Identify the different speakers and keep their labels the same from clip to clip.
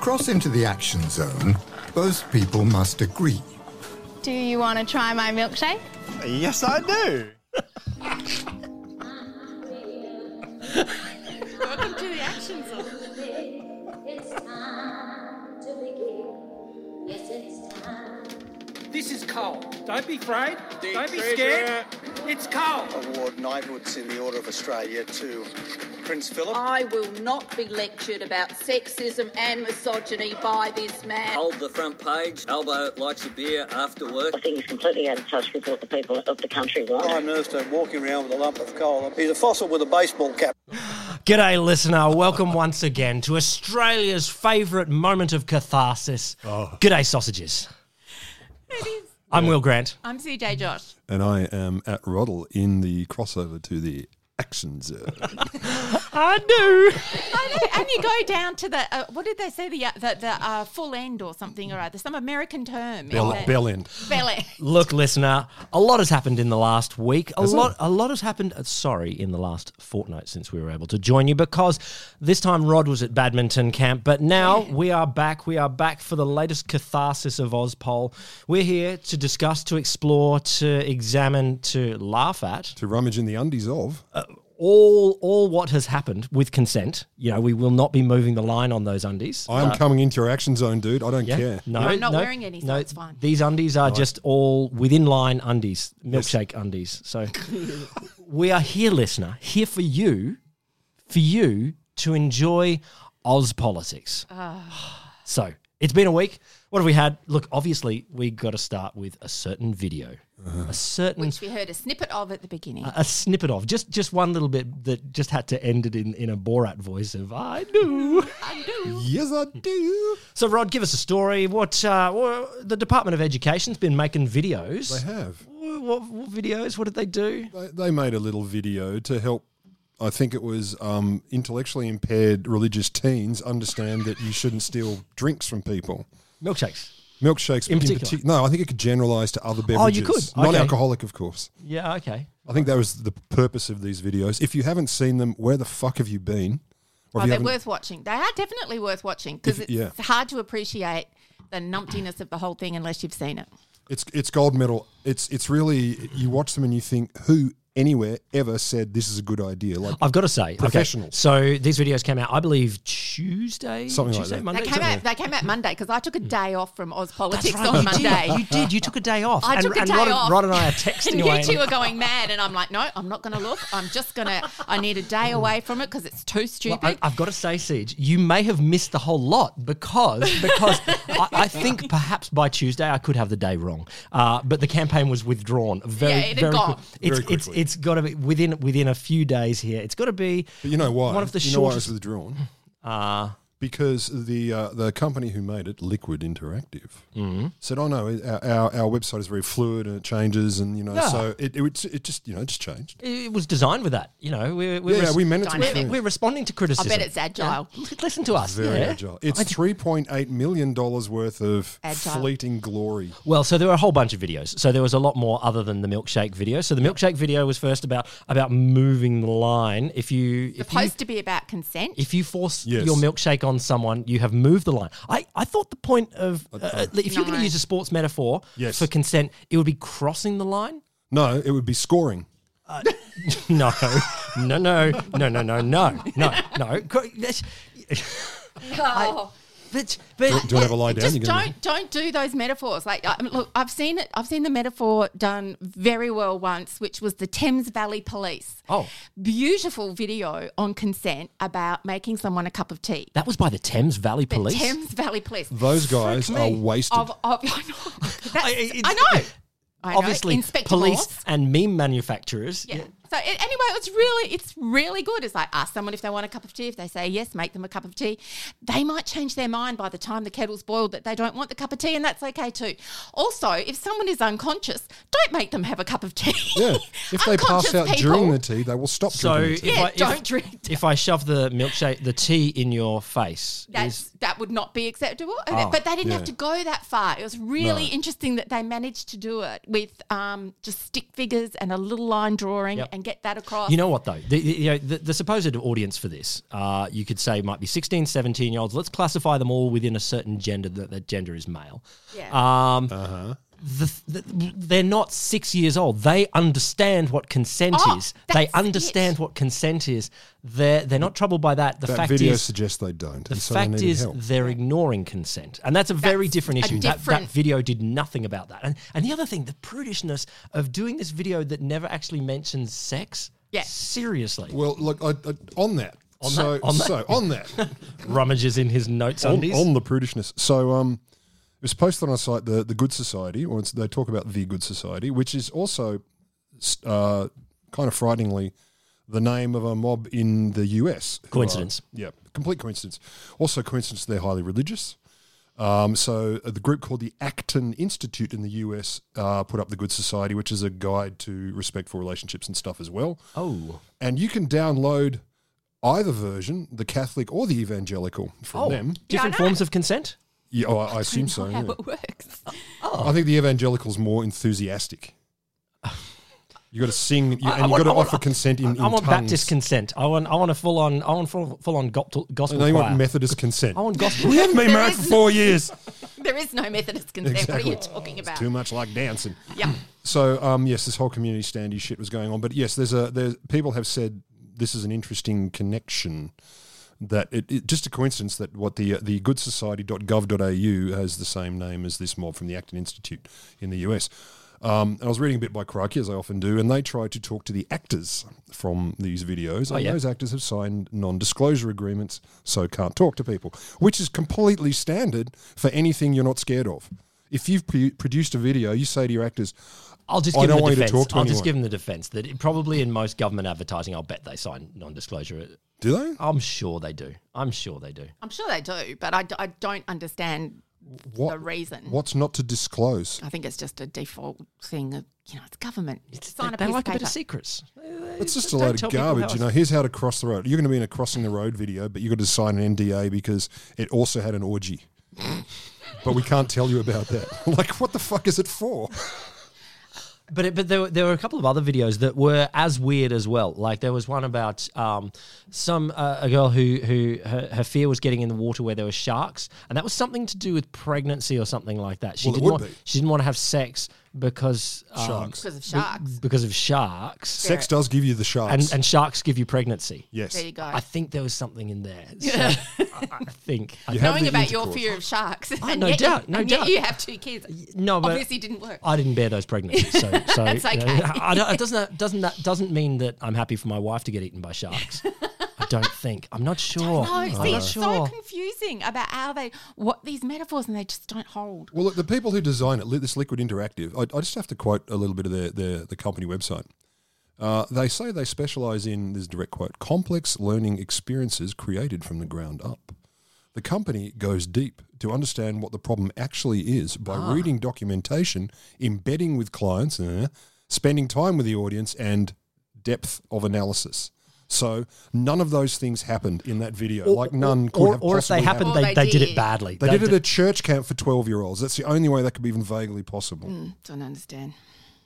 Speaker 1: cross into the action zone, both people must agree.
Speaker 2: Do you want to try my milkshake?
Speaker 3: Yes, I do.
Speaker 4: Welcome to the action zone.
Speaker 5: This is cold. Don't be afraid. Don't be scared. It's cold.
Speaker 6: award knighthoods in the Order of Australia to Prince Philip.
Speaker 7: I will not be lectured about sexism and misogyny by this man.
Speaker 8: Hold the front page. Elbow likes a beer after work.
Speaker 9: I think he's completely out of touch with what the people of the country want.
Speaker 6: Prime Minister walking around with a lump of coal. He's a fossil with a baseball cap.
Speaker 10: G'day, listener. Welcome once again to Australia's favourite moment of catharsis. G'day, sausages.
Speaker 4: It is.
Speaker 10: I'm Will Grant.
Speaker 4: I'm CJ Josh.
Speaker 11: And I am at Roddle in the crossover to the action zone.
Speaker 10: I do.
Speaker 4: I know, and you go down to the uh, what did they say the uh, the, the uh, full end or something or other, some American term.
Speaker 11: Bell,
Speaker 4: isn't it?
Speaker 11: bell end.
Speaker 4: Bell end.
Speaker 10: Look, listener, a lot has happened in the last week. A lot, a lot has happened. uh, Sorry, in the last fortnight since we were able to join you, because this time Rod was at badminton camp, but now we are back. We are back for the latest catharsis of Ozpol. We're here to discuss, to explore, to examine, to laugh at
Speaker 11: To rummage in the undies of.
Speaker 10: all, all what has happened with consent. You know, we will not be moving the line on those undies.
Speaker 11: I am coming into your action zone, dude. I don't care.
Speaker 10: No,
Speaker 4: I'm not
Speaker 10: no,
Speaker 4: wearing any, so
Speaker 10: no,
Speaker 4: it's fine.
Speaker 10: These undies are just all within line undies, milkshake undies. So we are here, listener, here for you, for you to enjoy Oz politics. So it's been a week. What have we had? Look, obviously, we got to start with a certain video, a certain
Speaker 4: Which we heard a snippet of at the
Speaker 11: Uh,
Speaker 4: beginning.
Speaker 10: a snippet of just just one little bit that just had to end it in in a Borat voice of I do.
Speaker 11: Yes, I do.
Speaker 10: So, Rod, give us a story. What uh, wha- the Department of Education's been making videos.
Speaker 11: They have.
Speaker 10: Wha- What, what videos? What did they do?
Speaker 11: They, they made a little video to help. I think it was um, intellectually impaired religious teens understand that you shouldn't steal drinks from people.
Speaker 10: Milkshakes.
Speaker 11: Milkshakes
Speaker 10: In particular.
Speaker 11: partic- no, I think it could generalize to other beverages.
Speaker 10: Oh, you could. Okay.
Speaker 11: Non-alcoholic, of course.
Speaker 10: Yeah. Okay.
Speaker 11: I think that was the purpose of these videos. If you haven't seen them, where the fuck have you been? Or
Speaker 4: oh,
Speaker 11: if you
Speaker 4: they're
Speaker 11: haven't-
Speaker 4: worth watching. They are definitely worth watching because
Speaker 11: If-
Speaker 4: it's
Speaker 11: yeah.
Speaker 4: hard to appreciate the numptiness of the whole thing unless you've seen it.
Speaker 11: It's it's gold medal. It's it's really you watch them and you think who anywhere ever said this is a good idea? Like
Speaker 10: I've got to say, okay,
Speaker 11: Professionals.
Speaker 10: so these videos came out, I believe, Tuesday.
Speaker 11: Something like
Speaker 10: Tuesday,
Speaker 11: that.
Speaker 10: Monday.
Speaker 4: They came
Speaker 10: something.
Speaker 4: out. They came out Monday because I took a day off from Oz
Speaker 10: That's
Speaker 4: politics
Speaker 10: right,
Speaker 4: on
Speaker 10: you
Speaker 4: Monday.
Speaker 10: Did. You did. You took a day off.
Speaker 4: I
Speaker 10: and,
Speaker 4: took a
Speaker 10: and
Speaker 4: day
Speaker 10: Rod,
Speaker 4: off.
Speaker 10: Rod and I are texting
Speaker 4: and
Speaker 10: away.
Speaker 4: you two are going mad, and I'm like, no, I'm not going to look. I'm just going to. I need a day away from it because it's too
Speaker 10: Well,
Speaker 4: stupid.
Speaker 10: I, have got to say, Siege, you may have missed the whole lot because because I, I think perhaps by Tuesday I could have the day wrong. Uh, but the campaign was withdrawn very
Speaker 4: Yeah, it had
Speaker 10: very
Speaker 4: gone.
Speaker 10: quick- It's
Speaker 11: Very
Speaker 10: it's
Speaker 11: quickly.
Speaker 10: it's got to be within within a few days here. It's got to be.
Speaker 11: but you know why?
Speaker 10: One of the
Speaker 11: you know why it was
Speaker 10: shortest. Ah.
Speaker 11: withdrawn? because the uh, the company who made it, Liquid Interactive,
Speaker 10: Mm-hmm.
Speaker 11: said, "Oh no, our, our, our website is very fluid and it changes, and you know,
Speaker 10: Yeah.
Speaker 11: so it, it it just you know it just changed."
Speaker 10: it was designed with that. You know, we're we're,
Speaker 11: Yeah,
Speaker 10: res-
Speaker 11: we managed to
Speaker 4: Dynamic.
Speaker 10: we're,
Speaker 11: change.
Speaker 10: we're responding to criticism.
Speaker 4: it's agile.
Speaker 10: Yeah. L- Listen to us.
Speaker 11: Very
Speaker 10: yeah.
Speaker 11: agile. It's three point eight million dollars worth of
Speaker 4: Agile.
Speaker 11: fleeting glory.
Speaker 10: Well, so there were a whole bunch of videos. So there was a lot more other than the milkshake video. So the milkshake video was first about about moving the line. If you if you,
Speaker 4: supposed to be about consent.
Speaker 10: if you force
Speaker 11: Yes.
Speaker 10: your milkshake on someone, you have moved the line. I, I thought the point of uh, uh, if you're going
Speaker 4: No.
Speaker 10: to use a sports metaphor
Speaker 11: Yes.
Speaker 10: for consent, it would be crossing the line.
Speaker 11: No, it would be scoring.
Speaker 10: No, no, no, no, no, no, no, no, no. Co- that's-
Speaker 4: Oh.
Speaker 10: But,
Speaker 11: Do,
Speaker 10: but
Speaker 11: do you have a lie down?
Speaker 4: just
Speaker 11: You're gonna-
Speaker 4: don't don't do those metaphors. Like, I mean, look, I've seen it. I've seen the metaphor done very well once, which was the Thames Valley Police.
Speaker 10: Oh.
Speaker 4: beautiful video on consent about making someone a cup of tea.
Speaker 10: that was by the Thames Valley
Speaker 4: The
Speaker 10: Police.
Speaker 4: Thames Valley Police.
Speaker 11: Those guys
Speaker 10: Frick
Speaker 11: are
Speaker 10: me.
Speaker 11: wasted.
Speaker 4: of, of, I know. That's-
Speaker 10: I-
Speaker 4: I,
Speaker 10: it's-
Speaker 4: know. I know.
Speaker 10: Obviously,
Speaker 4: Inspector
Speaker 10: police
Speaker 4: Morse.
Speaker 10: and meme manufacturers.
Speaker 4: Yeah. So a- anyway, it's really it's really good. It's like ask someone if they want a cup of tea. If they say yes, make them a cup of tea. They might change their mind by the time the kettle's boiled that they don't want the cup of tea, and that's okay too. Also, if someone is unconscious, don't make them have a cup of tea.
Speaker 11: Yeah, if they pass
Speaker 4: Unconscious
Speaker 11: out
Speaker 4: people-
Speaker 11: during the tea, they will stop
Speaker 10: So
Speaker 11: drinking. the
Speaker 10: if
Speaker 11: tea.
Speaker 4: Yeah,
Speaker 10: I if,
Speaker 4: don't drink.
Speaker 10: if I shove the milkshake, the tea in your face,
Speaker 4: That's,
Speaker 10: is,
Speaker 4: that would not be acceptable. but they didn't
Speaker 11: Oh, yeah.
Speaker 4: have to go that far. It was really
Speaker 11: No.
Speaker 4: interesting that they managed to do it with um, just stick figures and a little line drawing
Speaker 10: Yep.
Speaker 4: and get that across.
Speaker 10: You know what, though? The, the- you know, the, the supposed audience for this, uh, you could say, might be 16, 17 year olds. Let's classify them all within a certain gender that that gender is male.
Speaker 4: Yeah.
Speaker 11: uh,
Speaker 10: Um,
Speaker 11: Uh-huh.
Speaker 10: the, the, they're not six years old. They understand what consent
Speaker 4: Oh,
Speaker 10: is. They
Speaker 4: that's
Speaker 10: understand what consent is. They're, they're not troubled by that. The
Speaker 11: That
Speaker 10: fact
Speaker 11: video
Speaker 10: is.
Speaker 11: suggests they don't.
Speaker 10: The
Speaker 11: and so they
Speaker 10: fact
Speaker 11: needed
Speaker 10: is,
Speaker 11: help.
Speaker 10: they're ignoring consent, and that's a very
Speaker 4: That's
Speaker 10: different
Speaker 4: a
Speaker 10: issue. That,
Speaker 4: different-
Speaker 10: that video did nothing about that. And and the other thing, the prudishness of doing this video that never actually mentions sex.
Speaker 4: Yeah.
Speaker 10: seriously.
Speaker 11: Well, look, I, I, on that.
Speaker 10: On
Speaker 11: so,
Speaker 10: that, on that.
Speaker 11: so on that,
Speaker 10: rummages in his notes
Speaker 11: on,
Speaker 10: undies.
Speaker 11: on the prudishness. So, um, it was posted on a site, the the Good Society, or it's, they talk about the Good Society, which is also s- uh, kind of frighteningly the name of a mob in the US. who are-
Speaker 10: Coincidence.
Speaker 11: yeah, complete coincidence. Also, coincidence they're highly religious. Um, so uh, the group called the Acton Institute in the US uh, put up the Good Society, which is a guide to respectful relationships and stuff as well.
Speaker 10: oh,
Speaker 11: And you can download either version, the Catholic or the Evangelical, from
Speaker 10: oh,
Speaker 11: them.
Speaker 10: different
Speaker 4: I know.
Speaker 10: forms of consent.
Speaker 11: Yeah, oh, I I assume so.
Speaker 4: how
Speaker 11: yeah.
Speaker 4: it works.
Speaker 10: Oh.
Speaker 11: I think the evangelicals more enthusiastic. You got to sing, you,
Speaker 10: I- I
Speaker 11: and you
Speaker 10: want-
Speaker 11: got to
Speaker 10: I want-
Speaker 11: offer consent in, in
Speaker 10: I want
Speaker 11: tongues.
Speaker 10: Baptist consent. I want. I want a full on. I want full, full on gospel. gospel
Speaker 11: No, you
Speaker 10: choir.
Speaker 11: want Methodist consent.
Speaker 10: I want gospel.
Speaker 11: we haven't been
Speaker 4: There
Speaker 11: married for
Speaker 4: is-
Speaker 11: four years.
Speaker 4: There is no Methodist consent. What are you talking about?
Speaker 11: It's too much like dancing.
Speaker 4: Yeah.
Speaker 11: So um, yes, this whole community standy shit was going on, but yes, there's a there's people have said this is an interesting connection that it, it just a coincidence that what the uh, the goodsociety.gov.au has the same name as this mob from the Acton Institute in the US. Um, and I was reading a bit by Crikey, as I often do, and they tried to talk to the actors from these videos, and
Speaker 10: Oh, yeah.
Speaker 11: those actors have signed non-disclosure agreements, so can't talk to people, which is completely standard for anything you're not scared of. If you've pro- produced a video, you say to your actors,
Speaker 10: I'll just
Speaker 11: I
Speaker 10: give them
Speaker 11: don't
Speaker 10: the
Speaker 11: want you to
Speaker 10: defense.
Speaker 11: talk to
Speaker 10: I'll
Speaker 11: anyone.
Speaker 10: just give them the defense that it, probably in most government advertising, I'll bet they sign non-disclosure.
Speaker 11: "Do they?
Speaker 4: Oh,
Speaker 10: I'm sure they do. I'm sure they do.
Speaker 4: I'm sure they do, but I, d- I don't understand.
Speaker 11: What
Speaker 4: The reason.
Speaker 11: What's not to disclose?
Speaker 4: I think it's just a default thing of, you know, it's government. It's
Speaker 10: They,
Speaker 4: sign
Speaker 10: they
Speaker 4: piece
Speaker 10: like a bit
Speaker 4: paper.
Speaker 10: of secrets.
Speaker 11: It's just a
Speaker 10: Don't
Speaker 11: load
Speaker 10: tell
Speaker 11: of
Speaker 10: people
Speaker 11: garbage.
Speaker 10: how
Speaker 11: You
Speaker 10: I-
Speaker 11: know, here's how to cross the road. You're going to be in a crossing the road video, but you've got to sign an NDA because it also had an orgy. but we can't tell you about that. like, what the fuck is it for?
Speaker 10: But it, but there, were- there were a couple of other videos that were as weird as well. Like there was one about um, some uh, a girl who who her, her fear was getting in the water where there were sharks, and that was something to do with pregnancy or something like that. She
Speaker 11: Well, it
Speaker 10: didn't
Speaker 11: would
Speaker 10: want
Speaker 11: be.
Speaker 10: she didn't want to have sex because um,
Speaker 11: Sharks.
Speaker 4: because of sharks.
Speaker 10: because of sharks,
Speaker 11: Sex does give you the sharks.
Speaker 10: and and sharks give you pregnancy.
Speaker 11: yes.
Speaker 4: There you go.
Speaker 10: I think there was something in there. So I, I think I
Speaker 11: You have
Speaker 4: Knowing
Speaker 11: the
Speaker 4: about your
Speaker 11: intercourse.
Speaker 4: fear of sharks. and
Speaker 10: Oh, no
Speaker 4: yet
Speaker 10: doubt,
Speaker 4: You,
Speaker 10: no
Speaker 4: and yet
Speaker 10: doubt.
Speaker 4: you have two kids.
Speaker 10: no, but
Speaker 4: Obviously didn't work.
Speaker 10: I didn't bear those pregnancies, so so
Speaker 4: That's
Speaker 10: you know,
Speaker 4: okay.
Speaker 10: I, don't- it doesn't that doesn't that doesn't mean that I'm happy for my wife to get eaten by sharks. I don't think. I'm not sure.
Speaker 4: no,
Speaker 10: I'm
Speaker 4: see,
Speaker 10: not
Speaker 4: it's so confusing about how they, what these metaphors, and they just don't hold.
Speaker 11: Well, look, the people who design it, li- this Liquid Interactive, I, I just have to quote a little bit of their, their the company website. Uh, they say they specialize in this is a direct quote complex learning experiences created from the ground up. The company goes deep to understand what the problem actually is by
Speaker 10: Ah.
Speaker 11: reading documentation, embedding with clients, eh, spending time with the audience, and depth of analysis. So none of those things happened in that video. like none could
Speaker 10: or,
Speaker 11: have
Speaker 10: or if they
Speaker 11: possibly
Speaker 10: happened,
Speaker 4: happened.
Speaker 10: they,
Speaker 4: Or
Speaker 10: they
Speaker 4: they
Speaker 10: did it
Speaker 4: did.
Speaker 10: badly.
Speaker 11: they did it
Speaker 10: d-
Speaker 11: at church camp for twelve year olds. That's the only way that could be even vaguely possible.
Speaker 10: Mm.
Speaker 4: Don't understand.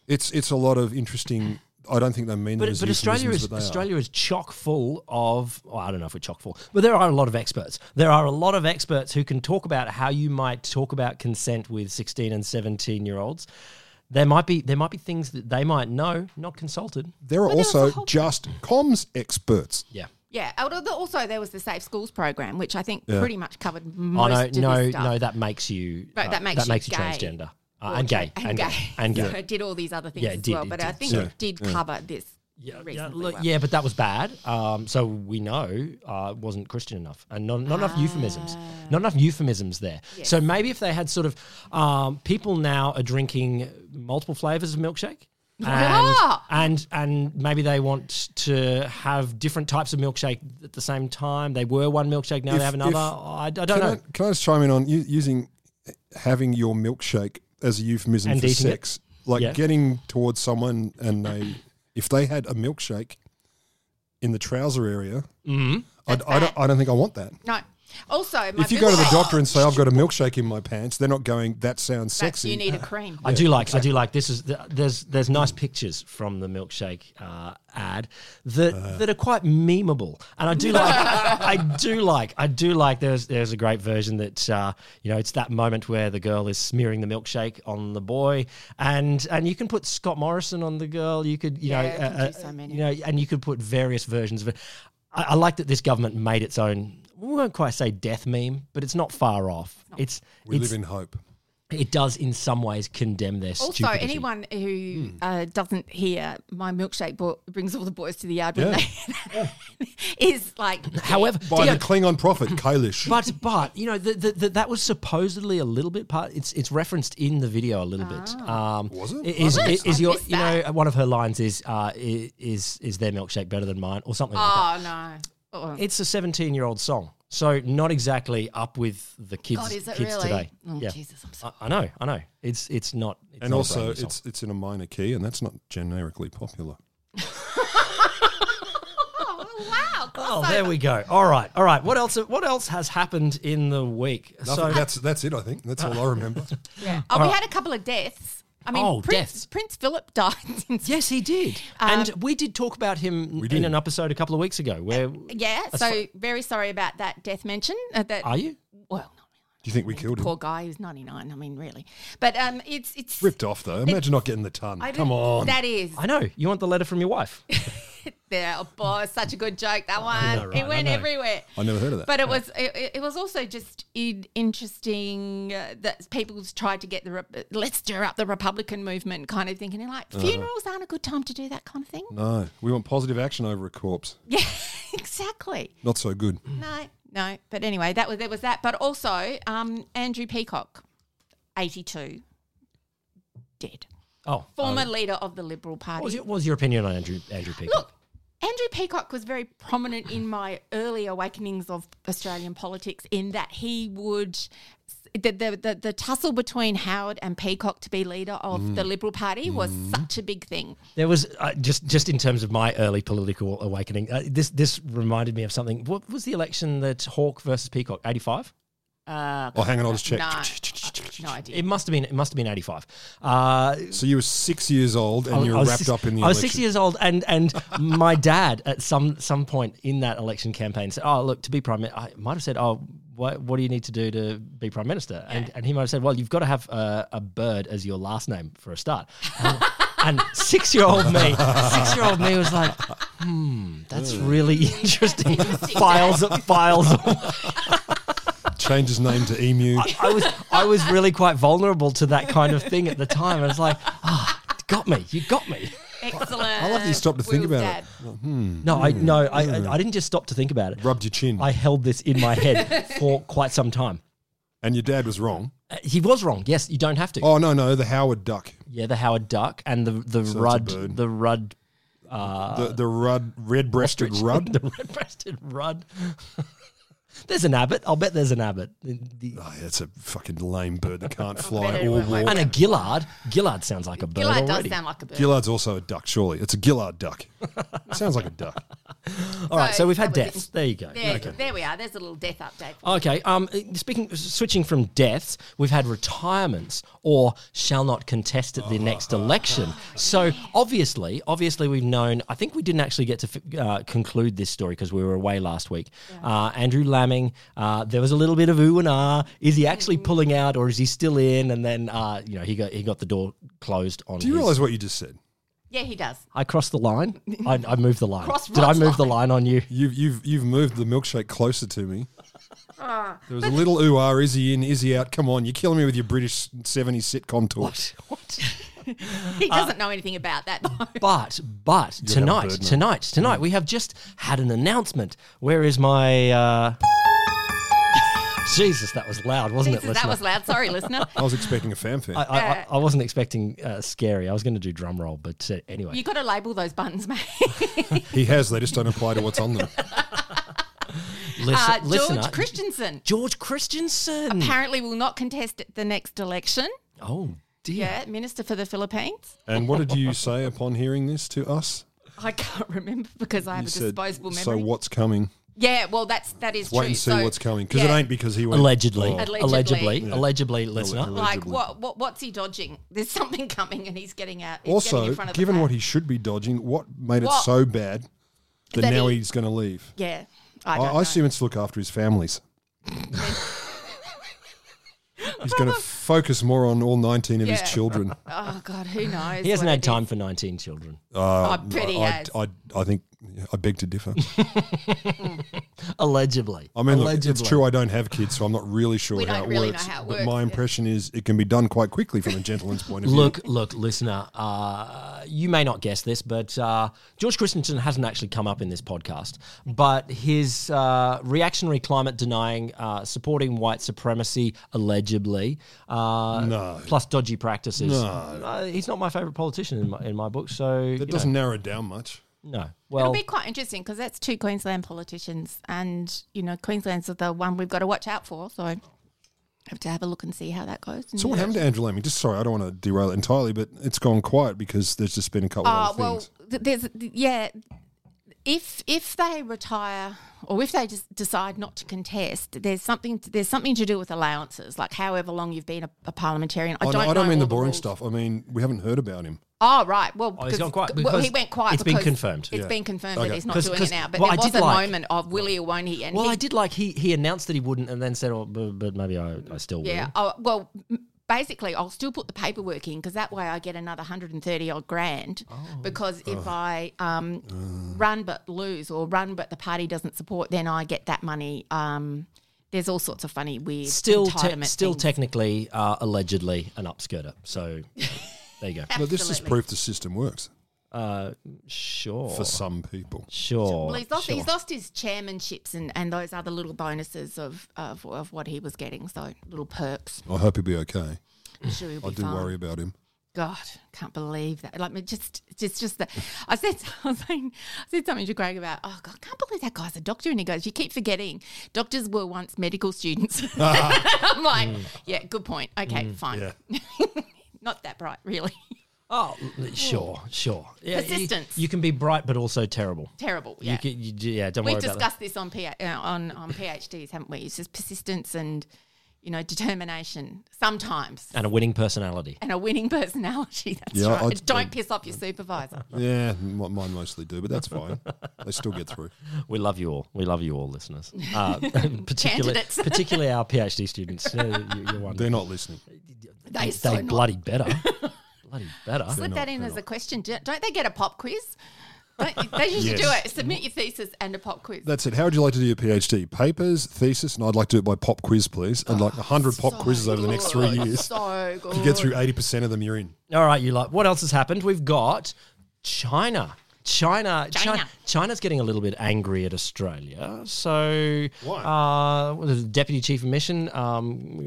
Speaker 11: It's it's a lot of interesting. I don't think they mean
Speaker 10: but,
Speaker 11: that as
Speaker 10: but Australia
Speaker 11: euphemisms,
Speaker 10: is
Speaker 11: but they are.
Speaker 10: Australia is chock full of well, I don't know if we're chock full, but there are a lot of experts. There are a lot of experts who can talk about how you might talk about consent with sixteen and seventeen year olds. There might be there might be things that they might know, not consulted.
Speaker 11: There are
Speaker 4: But there was a
Speaker 11: also
Speaker 4: whole-
Speaker 11: just comms experts.
Speaker 10: Yeah.
Speaker 4: Yeah. although the- Also, there was the Safe Schools program, which I think pretty much covered
Speaker 10: Oh
Speaker 4: most
Speaker 10: no,
Speaker 4: of
Speaker 10: no,
Speaker 4: this stuff.
Speaker 10: no! That makes you uh,
Speaker 4: Right, that makes
Speaker 10: that
Speaker 4: you
Speaker 10: makes you
Speaker 4: gay.
Speaker 10: transgender uh,
Speaker 4: Or
Speaker 10: and gay
Speaker 4: tra- and gay.
Speaker 10: and
Speaker 4: So
Speaker 10: gay.
Speaker 4: it did all these other things
Speaker 10: Yeah, it
Speaker 4: as
Speaker 10: did,
Speaker 4: well,
Speaker 10: it
Speaker 4: but
Speaker 10: did.
Speaker 4: I think
Speaker 11: Yeah.
Speaker 4: it did cover this.
Speaker 10: Yeah, yeah,
Speaker 4: reasonably
Speaker 10: look,
Speaker 4: well.
Speaker 10: yeah, but that was bad. Um, so we know uh, it wasn't Christian enough, and not, not enough euphemisms.
Speaker 4: Ah.
Speaker 10: Not enough euphemisms there. So maybe if they had sort of um, people now are drinking multiple flavors of milkshake. And,
Speaker 4: Yeah.
Speaker 10: and and maybe they want to have different types of milkshake at the same time. They were one milkshake, now
Speaker 11: If-
Speaker 10: they have another.
Speaker 11: if-
Speaker 10: I, I don't
Speaker 11: Can
Speaker 10: know.
Speaker 11: I, can I just chime in on u- using having your milkshake as a euphemism
Speaker 10: And
Speaker 11: for
Speaker 10: eating it.
Speaker 11: sex? Like
Speaker 10: Yeah.
Speaker 11: getting towards someone and they, if they had a
Speaker 10: Mm-hmm.
Speaker 11: milkshake in the trouser area, I'd, I, don't, I don't think I want that.
Speaker 4: No. Also, my
Speaker 11: If you go to the
Speaker 4: milkshake-
Speaker 11: doctor and say, I've got a milkshake in my pants, they're not going, that sounds
Speaker 4: That's-
Speaker 11: sexy.
Speaker 4: You need a cream.
Speaker 10: I do like. I do like. This is th- there's there's nice pictures from the milkshake uh, ad that
Speaker 11: Uh.
Speaker 10: that are quite memeable, and I do like. I do like. I do like. There's there's a great version that uh, you know it's that moment where the girl is smearing the milkshake on the boy, and and you can put Scott Morrison on the girl. You could you know
Speaker 4: Yeah, I can
Speaker 10: uh,
Speaker 4: do so many.
Speaker 10: you know, and you could put various versions of it. I, I like that this government made its own. We won't quite say death meme, but it's not far off. It's
Speaker 11: We
Speaker 10: it's
Speaker 11: live in hope.
Speaker 10: it does in some ways condemn their
Speaker 4: Also,
Speaker 10: stupidity.
Speaker 4: anyone who
Speaker 10: Hmm.
Speaker 4: uh, doesn't hear my milkshake bo- brings all the boys to the yard when they is like.
Speaker 10: However,
Speaker 11: By
Speaker 10: yeah,
Speaker 11: the Klingon prophet, Kalish.
Speaker 10: but but you know the, the, the, that was supposedly a little bit part. It's it's referenced in the video a little bit. Um,
Speaker 11: Was it?
Speaker 10: Is,
Speaker 11: Was it?
Speaker 10: is, is
Speaker 4: Ah. I
Speaker 10: your
Speaker 4: missed
Speaker 10: you know one of her lines is uh, i- is is their milkshake better than mine or something like
Speaker 4: Oh no! Oh,
Speaker 10: that? It's a seventeen year old song, so not exactly up with the kids.
Speaker 4: God, is it
Speaker 10: kids
Speaker 4: really?
Speaker 10: today?
Speaker 4: Oh,
Speaker 10: yeah.
Speaker 4: Jesus, I'm
Speaker 10: I, I know, I know. It's it's not. It's
Speaker 11: and
Speaker 10: not a
Speaker 11: also,
Speaker 10: brand new song.
Speaker 11: it's it's in a minor key, and that's not generically popular.
Speaker 4: oh, wow!
Speaker 10: Oh, there we go. All right, all right. What else? What else has happened in the week?
Speaker 11: Nothing, that's that's it. I think that's all I remember.
Speaker 4: Oh, we had a couple of deaths. I mean,
Speaker 10: Oh,
Speaker 4: Prince,
Speaker 10: deaths.
Speaker 4: Prince Philip died. In
Speaker 10: Yes, he did.
Speaker 4: Um,
Speaker 10: and we did talk about him
Speaker 11: did.
Speaker 10: in an episode a couple of weeks ago. Where
Speaker 4: Yeah, so very sorry about that death mention. Uh, that
Speaker 10: are you?
Speaker 4: well, not really.
Speaker 11: Do you think we killed him?
Speaker 4: poor guy who's ninety nine. I mean, really, but um, it's it's
Speaker 11: Ripped off though. Imagine not getting the ton.
Speaker 4: I
Speaker 11: Come
Speaker 4: don't-
Speaker 11: on.
Speaker 4: that is
Speaker 10: I know you want the letter from your wife.
Speaker 4: there. Oh, boy, such a good joke that one.
Speaker 10: know, right,
Speaker 4: It
Speaker 10: I
Speaker 4: went
Speaker 10: know.
Speaker 4: everywhere.
Speaker 11: I never heard of that.
Speaker 4: But it was it, it- it was also just in, interesting uh, that people tried to get the rep- let's stir up the Republican movement kind of thing, and you're like
Speaker 10: Uh-huh.
Speaker 4: funerals aren't a good time to do that kind of thing.
Speaker 10: Mm.
Speaker 11: no, we want positive action over a corpse.
Speaker 4: Yeah, exactly.
Speaker 11: Not so good.
Speaker 10: Hmm.
Speaker 4: No, no. But anyway, that was there was that. But also, um, Andrew Peacock, eighty-two, dead.
Speaker 10: Oh,
Speaker 4: Former
Speaker 11: Um,
Speaker 4: leader of the Liberal
Speaker 10: what, was
Speaker 4: Party.
Speaker 10: your, what was your opinion on Andrew Andrew Peacock?
Speaker 4: Look, Andrew Peacock was very prominent in my early awakenings of Australian politics in that he would. The, the, the, the tussle between Howard and Peacock to be leader of
Speaker 11: Mm.
Speaker 4: the Liberal Party was such a big thing.
Speaker 10: There was uh, just just in terms of my early political awakening. Uh, this this reminded me of something. What was the election that Hawke versus Peacock eighty five?
Speaker 11: Oh, hang on, I'll just check.
Speaker 4: No, no idea.
Speaker 10: It must have been it must have been eighty five. Uh,
Speaker 11: So you were six years old and you were wrapped
Speaker 10: six-
Speaker 11: up in the
Speaker 10: I was
Speaker 11: election.
Speaker 10: six years old, and and my dad at some some point in that election campaign said, "Oh, look, to be prime, Min-" I might have said, oh." What, what do you need to do to be prime minister? And, and he might have said, well, you've got to have a, a bird as your last name for a start. And, and six year old me, six year old me was like, hmm, that's really interesting. files, files.
Speaker 11: Changed his name to Emu.
Speaker 10: I was I was really quite vulnerable to that kind of thing at the time. I was like, ah, got me, you got me.
Speaker 4: Excellent.
Speaker 11: I love that you stopped to think
Speaker 4: Will's
Speaker 11: about
Speaker 4: dad.
Speaker 11: it.
Speaker 10: No,
Speaker 11: Mm.
Speaker 10: I no, I, I, I didn't just stop to think about it.
Speaker 11: Rubbed your chin.
Speaker 10: I held this in my head for quite some time.
Speaker 11: and your dad was wrong.
Speaker 10: Uh, he was wrong. Yes, you don't have to.
Speaker 11: Oh, no, no, the Howard Duck.
Speaker 10: Yeah, the Howard Duck and the the
Speaker 11: it's a
Speaker 10: Rudd,
Speaker 11: bird.
Speaker 10: the Rudd,
Speaker 11: the the Rudd, red breasted
Speaker 10: Uh, ostrich.
Speaker 11: Rudd.
Speaker 10: the red-breasted Rudd. there's an abbot. I'll bet there's an abbot. The- the-
Speaker 11: Oh, yeah, it's a fucking lame bird that can't fly or
Speaker 4: won't like
Speaker 11: walk.
Speaker 10: and a Gillard. Gillard sounds like a bird
Speaker 4: Gillard does
Speaker 10: already.
Speaker 4: sound like a bird.
Speaker 11: Gillard's also a duck, surely. It's a Gillard duck. Sounds like a duck.
Speaker 10: All right, so we've had
Speaker 4: That was it.
Speaker 10: deaths. There you go.
Speaker 4: There, there we are. There's a little death update.
Speaker 10: Okay. Um, speaking, switching from deaths, we've had retirements or shall not contest at the next election. So obviously, obviously, we've known. I think we didn't actually get to fi- uh, conclude this story because we were away last week. Uh, Andrew Lamming. Uh, there was a little bit of ooh and ah. Is he actually pulling out or is he still in? And then, uh, you know, he got he got the door closed on.
Speaker 11: Do you
Speaker 10: his-
Speaker 11: realize what you just said?
Speaker 4: Yeah, he does.
Speaker 10: I crossed the line. I, I moved the line.
Speaker 4: Cross
Speaker 10: Did I
Speaker 4: Rod's
Speaker 10: move the line on you?
Speaker 11: You've you've you've moved the milkshake closer to me. There was a little ooh ah, is he in, is he out? Come on, you're killing me with your British 70s sitcom talk.
Speaker 10: What?
Speaker 11: Uh,
Speaker 4: He doesn't know anything about that. though.
Speaker 10: But but tonight,
Speaker 11: bird, mate.
Speaker 10: tonight, tonight, we have just had an announcement. Where is my? Uh... Jesus, that was loud, wasn't
Speaker 4: Jesus,
Speaker 10: it?
Speaker 4: that
Speaker 10: listener?
Speaker 4: was loud. Sorry, listener.
Speaker 11: I was expecting a fanfare.
Speaker 10: I, I, I wasn't expecting uh, scary. I was going to do drum roll, but uh, anyway.
Speaker 4: You got to label those buttons, mate.
Speaker 11: he has, they just don't apply to what's on them.
Speaker 10: Listen-
Speaker 4: Uh,
Speaker 10: listener,
Speaker 4: George Christensen
Speaker 10: George
Speaker 11: Hmm.
Speaker 10: Christensen.
Speaker 4: apparently will not contest at the next election.
Speaker 10: oh dear.
Speaker 4: Yeah, minister for the Philippines.
Speaker 11: And what did you say upon hearing this to us?
Speaker 4: I can't remember because I have
Speaker 11: You
Speaker 4: a
Speaker 11: said,
Speaker 4: disposable memory.
Speaker 11: so what's coming?
Speaker 4: Yeah, well, that's that is true.
Speaker 11: Wait and see
Speaker 4: So,
Speaker 11: what's coming because
Speaker 4: yeah.
Speaker 11: it ain't because he went
Speaker 10: Allegedly.
Speaker 11: Oh.
Speaker 4: Allegedly.
Speaker 10: Allegedly. Allegedly, listener.
Speaker 11: Allegedly.
Speaker 4: Like what, what? What's he dodging? There's something coming, and he's getting out. He's getting
Speaker 11: Also,
Speaker 4: in front of the
Speaker 11: given
Speaker 4: pack.
Speaker 11: what he should be dodging, what made it
Speaker 4: What?
Speaker 11: so bad that,
Speaker 4: That
Speaker 11: now
Speaker 4: he-
Speaker 11: he's going to leave?
Speaker 4: yeah, I
Speaker 11: I,
Speaker 4: don't
Speaker 11: I
Speaker 4: know.
Speaker 11: assume it's to look after his families. he's going to focus more on all 19 of
Speaker 4: Yeah.
Speaker 11: his children.
Speaker 4: Oh God, who knows?
Speaker 10: He hasn't
Speaker 4: what
Speaker 10: had
Speaker 4: it
Speaker 10: time for 19 children.
Speaker 4: Is. I'm pretty
Speaker 11: I,
Speaker 4: has.
Speaker 11: I, I think yeah, I beg to differ.
Speaker 10: Allegedly.
Speaker 11: I mean, look,
Speaker 10: Allegedly.
Speaker 11: it's true I don't have kids, so I'm not really sure
Speaker 4: We
Speaker 11: how,
Speaker 4: don't
Speaker 11: it
Speaker 4: really know
Speaker 11: works,
Speaker 4: how it
Speaker 11: But my
Speaker 4: works, yeah.
Speaker 11: impression is it can be done quite quickly from a gentleman's point of view.
Speaker 10: Look, look, listener, uh, you may not guess this, but uh, George Christensen hasn't actually come up in this podcast. But his uh, reactionary climate denying, uh, supporting white supremacy, allegedly, uh,
Speaker 11: No.
Speaker 10: plus dodgy practices. Uh, he's not my favourite politician in my, in my book, so. you
Speaker 11: that doesn't narrow it down much.
Speaker 10: know, no.
Speaker 4: It'll
Speaker 10: Well,
Speaker 4: be quite interesting because that's two Queensland politicians, and you know Queensland's the one we've got to watch out for. So have to have a look and see how that goes.
Speaker 11: So what happened to Andrew Lammy? Just sorry, I don't want to derail it entirely, but it's gone quiet because there's just been a couple
Speaker 4: Oh
Speaker 11: of other
Speaker 4: well,
Speaker 11: things.
Speaker 4: th- there's th- yeah. If if they retire or if they just decide not to contest, there's something there's something to do with allowances, like however long you've been a, a parliamentarian. I
Speaker 11: I,
Speaker 4: don't.
Speaker 11: don't, Oh, I don't
Speaker 4: know
Speaker 11: mean
Speaker 4: all
Speaker 11: the boring
Speaker 4: rules.
Speaker 11: stuff. I mean we haven't heard about him.
Speaker 4: Oh right, well,
Speaker 10: he's
Speaker 4: because-
Speaker 10: gone quiet
Speaker 4: well, he
Speaker 10: because
Speaker 4: went quiet.
Speaker 10: it's been
Speaker 4: because
Speaker 10: confirmed.
Speaker 4: It's
Speaker 11: Yeah.
Speaker 4: been confirmed
Speaker 11: Okay.
Speaker 4: that he's not
Speaker 10: 'Cause-
Speaker 4: doing
Speaker 10: 'cause-
Speaker 4: it now. But
Speaker 10: well, I
Speaker 4: there was
Speaker 10: did
Speaker 4: a
Speaker 10: like-
Speaker 4: moment of will he or won't he? And
Speaker 10: well,
Speaker 4: he,
Speaker 10: I did like he, he announced that he wouldn't and then said, oh, but, but maybe I, I still will.
Speaker 4: Yeah. Oh, well, m- basically, I'll still put the paperwork in because that way I get another 130 odd grand. Because if I um, run but lose or run but the party doesn't support, then I get that money. Um, there's all sorts of funny, weird,
Speaker 10: still te-
Speaker 4: entitlement
Speaker 10: still
Speaker 4: things.
Speaker 10: technically uh, allegedly an upskirter. So there you go.
Speaker 11: But this is
Speaker 4: Absolutely.
Speaker 11: proof the system works
Speaker 10: Uh, sure,
Speaker 11: for some people.
Speaker 10: sure.
Speaker 4: Well, he's lost,
Speaker 10: sure.
Speaker 4: he's lost his chairmanships and, and those other little bonuses of, of, of what he was getting. So little perks.
Speaker 11: I hope he'll be okay.
Speaker 4: I'm sure he'll
Speaker 11: I
Speaker 4: be
Speaker 11: do
Speaker 4: fine.
Speaker 11: worry about him.
Speaker 4: God, can't believe that. Like, I mean, just, just, just that. I said, I was saying, I said something to Greg about, oh, God, I can't believe that guy's a doctor. And he goes, you keep forgetting doctors were once medical students. I'm like,
Speaker 10: Mm.
Speaker 4: yeah, good point. Okay, fine. Not that bright, really.
Speaker 10: Oh, l- sure, sure. Yeah, you-
Speaker 4: Persistence.
Speaker 10: You, can be bright, but also terrible.
Speaker 4: Terrible.
Speaker 10: You
Speaker 4: Yeah.
Speaker 10: can, you, do- yeah, don't
Speaker 4: We've
Speaker 10: worry about
Speaker 4: discussed this on, P- uh, on, on PhDs, haven't we? It's just persistence and, you know, determination sometimes.
Speaker 10: that. And a winning personality.
Speaker 4: And a winning personality. That's
Speaker 11: Yeah,
Speaker 4: right.
Speaker 11: I'd-
Speaker 4: Don't
Speaker 11: I'd-
Speaker 4: piss off your supervisor.
Speaker 11: Yeah, m- mine mostly do, but that's fine. they still get through.
Speaker 10: We love you all. We love you all, listeners. Uh, particularly,
Speaker 4: Candidates.
Speaker 10: particularly our PhD students. Yeah, you, you're one.
Speaker 11: They're not listening.
Speaker 4: They,
Speaker 10: They
Speaker 4: so not
Speaker 10: bloody better. bloody better.
Speaker 4: Slip that in as a question. Do- Don't they get a pop quiz? Don't, they usually
Speaker 11: Yes.
Speaker 4: do it. Submit your thesis and a pop quiz.
Speaker 11: That's it. How would you like to do your PhD? Papers, thesis, and I'd like to do it by pop quiz, please. And like 100 pop quizzes over the next three
Speaker 4: good.
Speaker 11: years.
Speaker 4: Oh, So good.
Speaker 11: If you get through 80% of them, you're in.
Speaker 10: All right, you like what else has happened? We've got China. China,
Speaker 4: China.
Speaker 10: Chi- China's getting a little bit angry at Australia. So,
Speaker 11: Why?
Speaker 10: Uh, well, the deputy chief of mission um,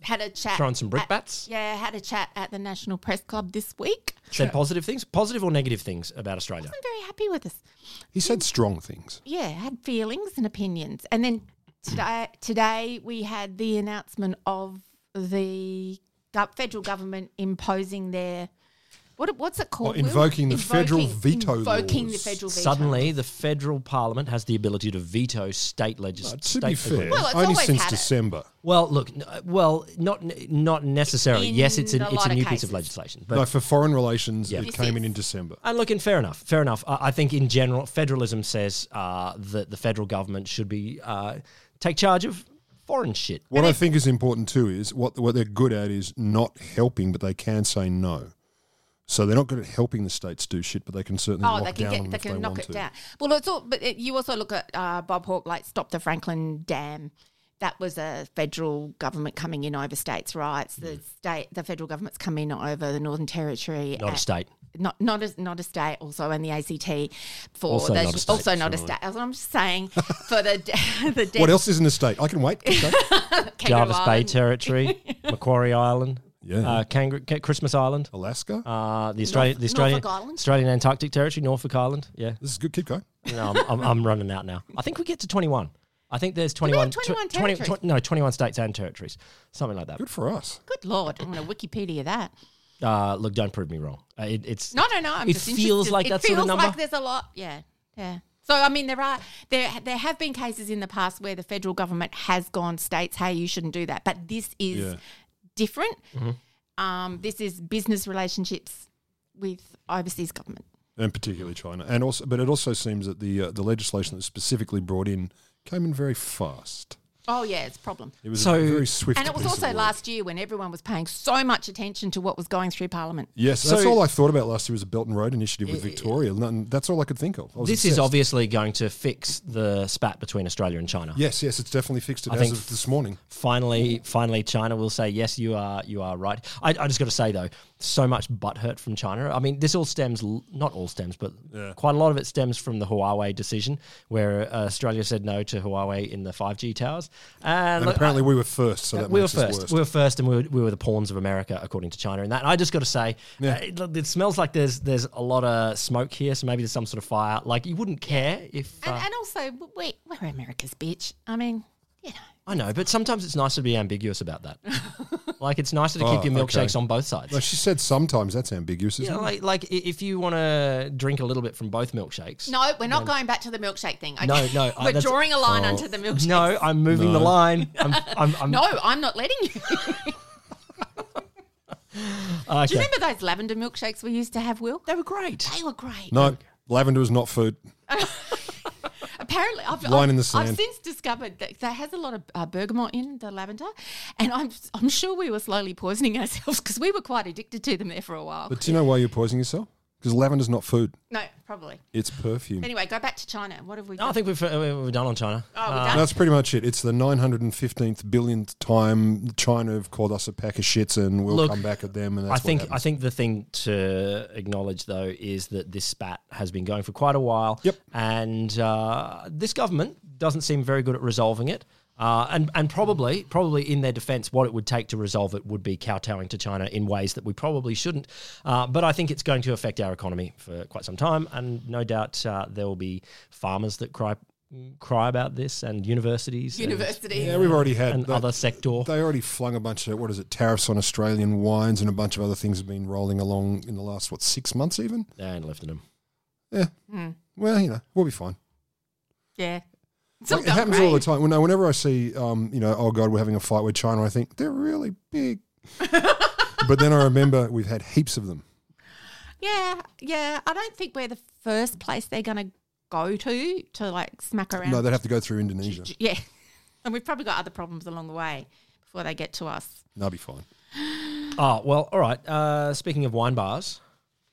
Speaker 4: had a chat.
Speaker 10: Throwing some
Speaker 4: at-
Speaker 10: brickbats?
Speaker 4: Yeah, had a chat at the National Press Club this week.
Speaker 10: said positive things, positive or negative things about Australia.
Speaker 4: I'm very happy with us.
Speaker 11: He said strong things.
Speaker 4: Yeah, had feelings and opinions. And then today, today we had the announcement of the gov- federal government imposing their. What, what's it called? Will?
Speaker 11: Oh, invoking the federal veto
Speaker 4: Invoking
Speaker 11: laws.
Speaker 4: the federal veto.
Speaker 10: Suddenly, the federal parliament has the ability to veto state
Speaker 11: To
Speaker 10: legislation.
Speaker 11: be fair,
Speaker 4: Well, it's
Speaker 11: only
Speaker 4: always
Speaker 11: since
Speaker 4: had it.
Speaker 11: December.
Speaker 10: well, look, n- uh, well, not not necessarily.
Speaker 4: In
Speaker 10: yes, it's an,
Speaker 4: a
Speaker 10: it's
Speaker 4: lot
Speaker 10: a
Speaker 4: of
Speaker 10: new piece of
Speaker 4: cases.
Speaker 10: legislation, but
Speaker 11: No, for foreign relations,
Speaker 10: Yeah.
Speaker 11: it came in in December.
Speaker 10: And look, and fair enough, fair enough. I, I think in general, federalism says uh, that the federal government should be uh, take charge of foreign shit.
Speaker 11: What I think is important too is what what they're good at is not helping, but they can say no. So they're not good at helping the states do shit, but they can certainly
Speaker 4: Oh,
Speaker 11: lock
Speaker 4: they can
Speaker 11: down on
Speaker 4: get,
Speaker 11: them
Speaker 4: they
Speaker 11: if they
Speaker 4: can knock
Speaker 11: want
Speaker 4: it
Speaker 11: to.
Speaker 4: down. Well, it's all, but it, you also look at uh, Bob Hawke, like stop the Franklin Dam. That was a federal government coming in over states' rights. The state, the federal government's come in over the Northern Territory.
Speaker 10: Not a
Speaker 4: and-
Speaker 10: state.
Speaker 4: Not not a, not a state. Also, and the ACT for
Speaker 10: Also
Speaker 4: the,
Speaker 10: not a state,
Speaker 4: also not a state. That's what I'm just saying for the de- the
Speaker 11: What
Speaker 4: de-
Speaker 11: else is in the state? I can wait. Okay.
Speaker 4: Kangaroo
Speaker 10: Jarvis Bay
Speaker 4: Island.
Speaker 10: Territory, Macquarie Island,
Speaker 11: Yeah.
Speaker 10: uh, Kangaroo, Ca- Christmas Island,
Speaker 11: Alaska.
Speaker 10: uh, the Australian, the Australian,
Speaker 4: Norfolk Island?
Speaker 10: Australian Antarctic Territory, Norfolk Island. Yeah,
Speaker 11: this is good. Keep going.
Speaker 10: no, I'm, I'm, I'm running out now. I think we get to twenty one. I think there's 21,
Speaker 4: have 21
Speaker 10: tw- 20
Speaker 4: territories?
Speaker 10: tw- no, 21 states and territories, something like that.
Speaker 11: Good for us.
Speaker 4: Good lord, I'm going to Wikipedia that.
Speaker 10: Uh, look, don't prove me wrong. Uh, it, it's
Speaker 4: No, no, no. I'm
Speaker 10: it
Speaker 4: just
Speaker 10: feels
Speaker 4: interested.
Speaker 10: like
Speaker 4: it
Speaker 10: that's
Speaker 4: feels
Speaker 10: sort of number.
Speaker 4: like there's a lot. Yeah, yeah. So I mean, there are there there have been cases in the past where the federal government has gone states, hey, you shouldn't do that, but this is
Speaker 11: Yeah.
Speaker 4: different.
Speaker 10: Mm-hmm.
Speaker 4: Um, this is business relationships with overseas government.
Speaker 11: and particularly China. And also, but it also seems that the uh, the legislation that's specifically brought in came in very fast.
Speaker 4: Oh yeah, it's a problem.
Speaker 11: It was
Speaker 10: So-
Speaker 11: a very swift.
Speaker 4: And it was
Speaker 11: piece of
Speaker 4: also
Speaker 11: work.
Speaker 4: last year when everyone was paying so much attention to what was going through Parliament.
Speaker 11: Yes, that's
Speaker 10: So-
Speaker 11: all I thought about last year was a Belt and Road Initiative with Victoria. None- That's all I could think of. I was
Speaker 10: This is
Speaker 11: obsessed.
Speaker 10: obviously going to fix the spat between Australia and China.
Speaker 11: Yes, yes, it's definitely fixed it
Speaker 10: I
Speaker 11: as
Speaker 10: think-
Speaker 11: of this morning.
Speaker 10: Finally, finally, China will say yes. You are, you are right. I, I just got to say though, so much butthurt from China. I mean, this all stems, l- not all stems, but quite a lot of it stems from the Huawei decision, where uh, Australia said no to Huawei in the five G towers. And,
Speaker 11: And
Speaker 10: look, uh,
Speaker 11: apparently we were first, so that
Speaker 10: we were
Speaker 11: makes us
Speaker 10: first.
Speaker 11: worst.
Speaker 10: We were first, and we were, we were the pawns of America, according to China. And that, and I just got to say,
Speaker 11: Yeah.
Speaker 10: uh, it, look, it smells like there's there's a lot of smoke here, so maybe there's some sort of fire. Like you wouldn't care if uh,
Speaker 4: And, and also, w- we, we're America's bitch. I mean, you know.
Speaker 10: I know, but sometimes it's nicer to be ambiguous about that. like it's nicer to keep
Speaker 11: Oh,
Speaker 10: your milkshakes
Speaker 11: okay.
Speaker 10: on both sides.
Speaker 11: Well, she said sometimes that's ambiguous. Isn't
Speaker 10: yeah,
Speaker 11: it?
Speaker 10: like like i- if you want to drink a little bit from both milkshakes.
Speaker 4: No, we're not going back to the milkshake thing. Okay?
Speaker 10: No, no, I-
Speaker 4: we're
Speaker 10: that's- Oh.
Speaker 4: drawing a line under the milkshake.
Speaker 10: No, I'm moving the
Speaker 11: No.
Speaker 10: line. I'm, I'm, I'm,
Speaker 4: No, I'm not letting you. Do you
Speaker 10: Ah, okay.
Speaker 4: remember those lavender milkshakes we used to have, Will?
Speaker 10: They were great.
Speaker 4: They were great.
Speaker 11: No, lavender is not food.
Speaker 4: Apparently, I've,
Speaker 11: Line
Speaker 4: I've-
Speaker 11: in the
Speaker 4: I've
Speaker 11: sand.
Speaker 4: since discovered that that has a lot of uh, bergamot in the lavender, and I'm I'm sure we were slowly poisoning ourselves because we were quite addicted to them there for a while.
Speaker 11: But do you know why you're poisoning yourself? Because lavender's not food.
Speaker 4: No, probably.
Speaker 11: It's perfume.
Speaker 4: Anyway, go back to China. What have we?
Speaker 10: No, I
Speaker 4: done?
Speaker 10: think uh, we've uh, we're done on China.
Speaker 4: oh, we're done.
Speaker 11: That's pretty much it. It's the 915th billionth time China have called us a pack of shits, and we'll
Speaker 10: Look,
Speaker 11: come back at them. And
Speaker 10: I
Speaker 11: that's
Speaker 10: think I
Speaker 11: What happens.
Speaker 10: think the thing to acknowledge though is that this spat has been going for quite a while.
Speaker 11: Yep.
Speaker 10: And uh, this government doesn't seem very good at resolving it. Uh, and and probably probably in their defence, what it would take to resolve it would be kowtowing to China in ways that we probably shouldn't. Uh, but I think it's going to affect our economy for quite some time, and no doubt uh, there will be farmers that cry cry about this, and universities, and-
Speaker 4: University.
Speaker 11: Yeah, we've already had
Speaker 10: and,
Speaker 11: they-
Speaker 10: other sector.
Speaker 11: They already flung a bunch of what is it tariffs on Australian wines and a bunch of other things have been rolling along in the last what six months even.
Speaker 10: and lifting them.
Speaker 11: Yeah. Well, you know, we'll be fine.
Speaker 4: Yeah. It's all
Speaker 11: it
Speaker 4: done
Speaker 11: happens
Speaker 4: great.
Speaker 11: all the time. Well, no, whenever I see, um, you know, oh god, we're having a fight with China, I think they're really big. but then I remember we've had heaps of them.
Speaker 4: Yeah, yeah. I don't think we're the first place they're going to go to to like smack around.
Speaker 11: No, they'd have to go through Indonesia.
Speaker 4: yeah. And we've probably got other problems along the way before they get to us.
Speaker 11: They'll be fine.
Speaker 10: Oh, well, all right. Uh, speaking of wine bars,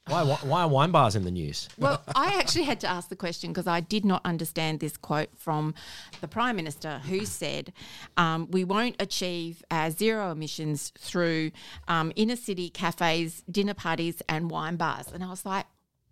Speaker 10: why, why, why are wine bars in the news?
Speaker 4: Well, I actually had to ask the question because I did not understand this quote from the Prime Minister, who said, um, We won't achieve our zero emissions through um, inner city cafes, dinner parties, and wine bars. And I was like,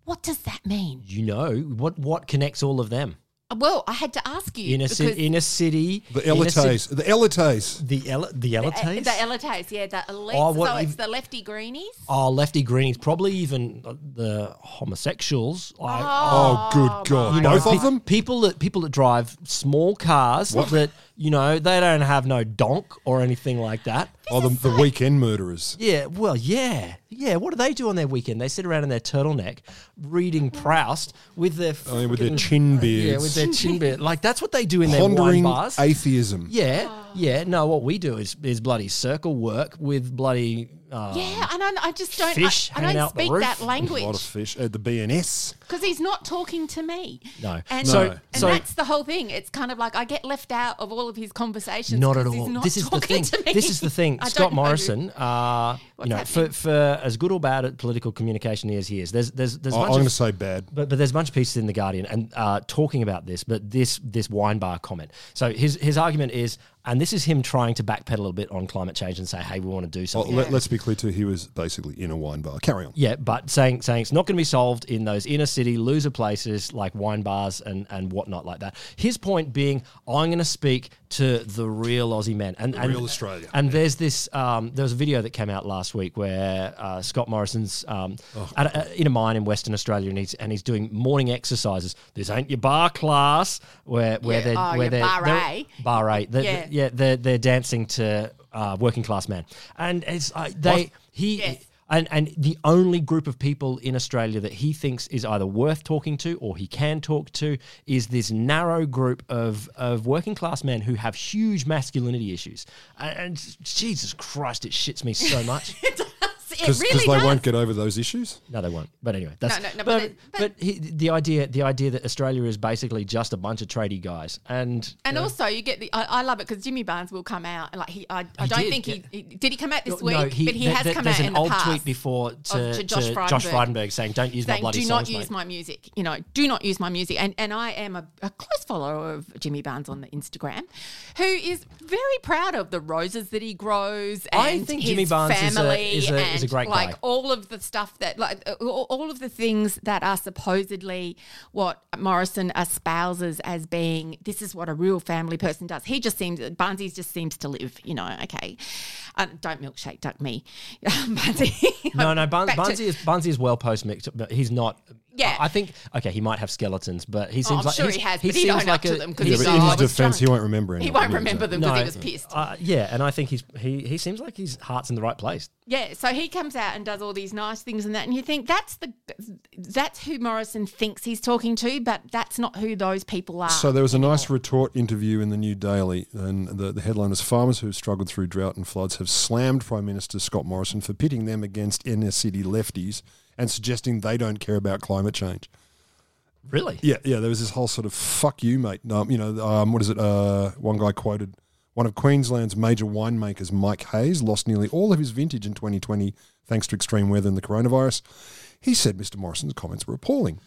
Speaker 4: What does that mean? Uh,
Speaker 10: You know, what, what connects all of them?
Speaker 4: Well, I had to ask you.
Speaker 10: Inner, ci-
Speaker 4: because-
Speaker 10: inner city.
Speaker 11: The
Speaker 10: inner ci-
Speaker 11: elites. The elites.
Speaker 10: The, ele- the
Speaker 4: Uh,
Speaker 10: elites?
Speaker 4: The elites, yeah, the elites.
Speaker 10: Oh, what
Speaker 4: so it's
Speaker 10: you've-
Speaker 4: the lefty greenies.
Speaker 10: oh, lefty greenies. Probably even uh, the homosexuals. Like,
Speaker 11: Oh, good god!
Speaker 10: know,
Speaker 11: Both
Speaker 10: pe-
Speaker 11: of them.
Speaker 10: People that people that drive small cars that you know they don't have no donk or anything like that.
Speaker 11: Oh, the, the weekend murderers.
Speaker 10: Yeah, well, yeah, yeah. What do they do on their weekend? They sit around in their turtleneck reading
Speaker 4: Mm.
Speaker 10: Proust with their
Speaker 11: I mean, Oh, with their
Speaker 10: frickin-
Speaker 11: chin beards.
Speaker 10: Yeah, with their chin beard. Like that's what they do in their wine
Speaker 11: pondering
Speaker 10: bars.
Speaker 11: atheism.
Speaker 10: yeah,
Speaker 4: Oh.
Speaker 10: yeah. No, what we do is is bloody circle work with bloody. Uh,
Speaker 4: yeah, and I, I just don't.
Speaker 10: fish
Speaker 4: I, I
Speaker 10: hanging
Speaker 4: don't
Speaker 10: out the
Speaker 4: speak
Speaker 10: roof.
Speaker 4: that
Speaker 10: A
Speaker 11: A lot of
Speaker 4: language
Speaker 11: fish at the BNS.
Speaker 4: because he's not talking to me.
Speaker 10: No.
Speaker 4: and,
Speaker 10: So-
Speaker 4: and
Speaker 10: so-
Speaker 4: that's the whole thing. It's kind of like I get left out of all of his conversations.
Speaker 10: Not at
Speaker 4: 'cause he's
Speaker 10: all.
Speaker 4: not
Speaker 10: This is the
Speaker 4: talking
Speaker 10: thing.
Speaker 4: to me.
Speaker 10: This is the thing.
Speaker 4: I
Speaker 10: Scott
Speaker 4: don't know.
Speaker 10: Morrison, uh, you
Speaker 4: What's
Speaker 10: know, for,
Speaker 4: happening?
Speaker 10: for as good or bad at political communication as he is, there's there's there's a
Speaker 11: I- I'm
Speaker 10: bunch
Speaker 11: going to
Speaker 10: of-
Speaker 11: say bad.
Speaker 10: But, but there's a bunch of pieces in the Guardian and uh, talking about this, but this this wine bar comment. So his his argument is, and this is him trying to backpedal a bit on climate change and say, hey, we want to do
Speaker 11: Oh,
Speaker 10: something.
Speaker 11: let, us be clear too. He was basically in a wine bar. Carry on.
Speaker 10: Yeah, but saying saying it's not going to be solved in those inner city loser places like wine bars and and whatnot like that. His point being, I'm going to speak to the real Aussie men and, and
Speaker 11: real Australia.
Speaker 10: And there's this um, there was a video that came out last week where uh, Scott Morrison's um,
Speaker 11: Oh.
Speaker 10: at a, in a mine in Western Australia and he's and he's doing morning exercises. This ain't your bar class where where
Speaker 4: Yeah,
Speaker 10: they're
Speaker 4: oh,
Speaker 10: where
Speaker 4: your
Speaker 10: they're
Speaker 4: bar
Speaker 10: they're-
Speaker 4: A.
Speaker 10: bar A. They're-
Speaker 4: Yeah.
Speaker 10: yeah, they're they're dancing to uh, working class man, and it's uh, they he.
Speaker 4: Yes.
Speaker 10: And, and the only group of people in Australia that he thinks is either worth talking to or he can talk to is this narrow group of, of working class men who have huge masculinity issues. And, and Jesus Christ, it shits me so much.
Speaker 4: It
Speaker 11: Because
Speaker 4: really does.
Speaker 11: they won't get over those issues.
Speaker 10: No, they won't. But anyway, that's
Speaker 4: No, no, no, but
Speaker 10: But,
Speaker 4: they-
Speaker 10: but, he, the idea, the idea that Australia is basically just a bunch of tradie guys, and
Speaker 4: And also, you get the. I, I love it because Jimmy Barnes will come out and like he. I, I
Speaker 10: He
Speaker 4: don't
Speaker 10: did,
Speaker 4: think
Speaker 10: yeah.
Speaker 4: he, he did. He come out this
Speaker 10: No,
Speaker 4: week, but he
Speaker 10: there-
Speaker 4: has
Speaker 10: there-
Speaker 4: come
Speaker 10: there's
Speaker 4: out
Speaker 10: an
Speaker 4: in the
Speaker 10: old
Speaker 4: past.
Speaker 10: tweet before to,
Speaker 4: to
Speaker 10: Josh,
Speaker 4: Josh
Speaker 10: Frydenberg.
Speaker 4: Frydenberg
Speaker 10: saying, "Don't use my
Speaker 4: saying,
Speaker 10: bloody
Speaker 4: "Do
Speaker 10: songs,
Speaker 4: not use
Speaker 10: mate."
Speaker 4: my music." You know, do not use my music. And and I am a, a close follower of Jimmy Barnes on the Instagram, who is very proud of the roses that he grows. And
Speaker 10: I think
Speaker 4: his
Speaker 10: Jimmy Barnes is a-
Speaker 4: family
Speaker 10: is a-
Speaker 4: and
Speaker 10: is a great
Speaker 4: like
Speaker 10: guy.
Speaker 4: all of the stuff that like uh, all all of the things that are supposedly what Morrison espouses as being this is what a real family person does. He just seems Barnesies just seems to live. You know, okay, uh, don't milkshake duck me, Barnsie.
Speaker 10: No, no, Bun-
Speaker 4: Back to-
Speaker 10: Bunzi is Bunzi is well post mixed, but he's not.
Speaker 4: Yeah. Oh,
Speaker 10: I I think okay, he might have skeletons, but he seems
Speaker 4: I'm
Speaker 10: like
Speaker 4: sure
Speaker 10: he's-
Speaker 4: he has, but he
Speaker 10: seems
Speaker 4: don't
Speaker 10: like
Speaker 4: up to
Speaker 10: a-
Speaker 4: them 'cause
Speaker 10: he's
Speaker 4: he's
Speaker 11: Yeah,
Speaker 4: So
Speaker 11: but in
Speaker 4: I
Speaker 11: his
Speaker 4: was
Speaker 11: defense, he
Speaker 4: drunk.
Speaker 11: won't remember anything.
Speaker 4: He won't
Speaker 11: Yeah,
Speaker 4: remember
Speaker 11: exactly.
Speaker 4: them because he was pissed.
Speaker 10: Uh, yeah, and I think he's he he seems like his heart's in the right place.
Speaker 4: yeah, so he comes out and does all these nice things and that, and you think that's the that's who Morrison thinks he's talking to, but that's not who those people are.
Speaker 11: So there was a nice retort interview in the New Daily, and the, the headline is Farmers who have struggled through drought and floods have slammed Prime Minister Scott Morrison for pitting them against inner city lefties and suggesting they don't care about climate change.
Speaker 10: Really?
Speaker 11: Yeah, yeah. There was this whole sort of "fuck you, mate." Um, you know, um, what is it? Uh, one guy quoted one of Queensland's major winemakers, Mike Hayes, lost nearly all of his vintage in 2020 thanks to extreme weather and the coronavirus. He said Mr. Morrison's comments were appalling.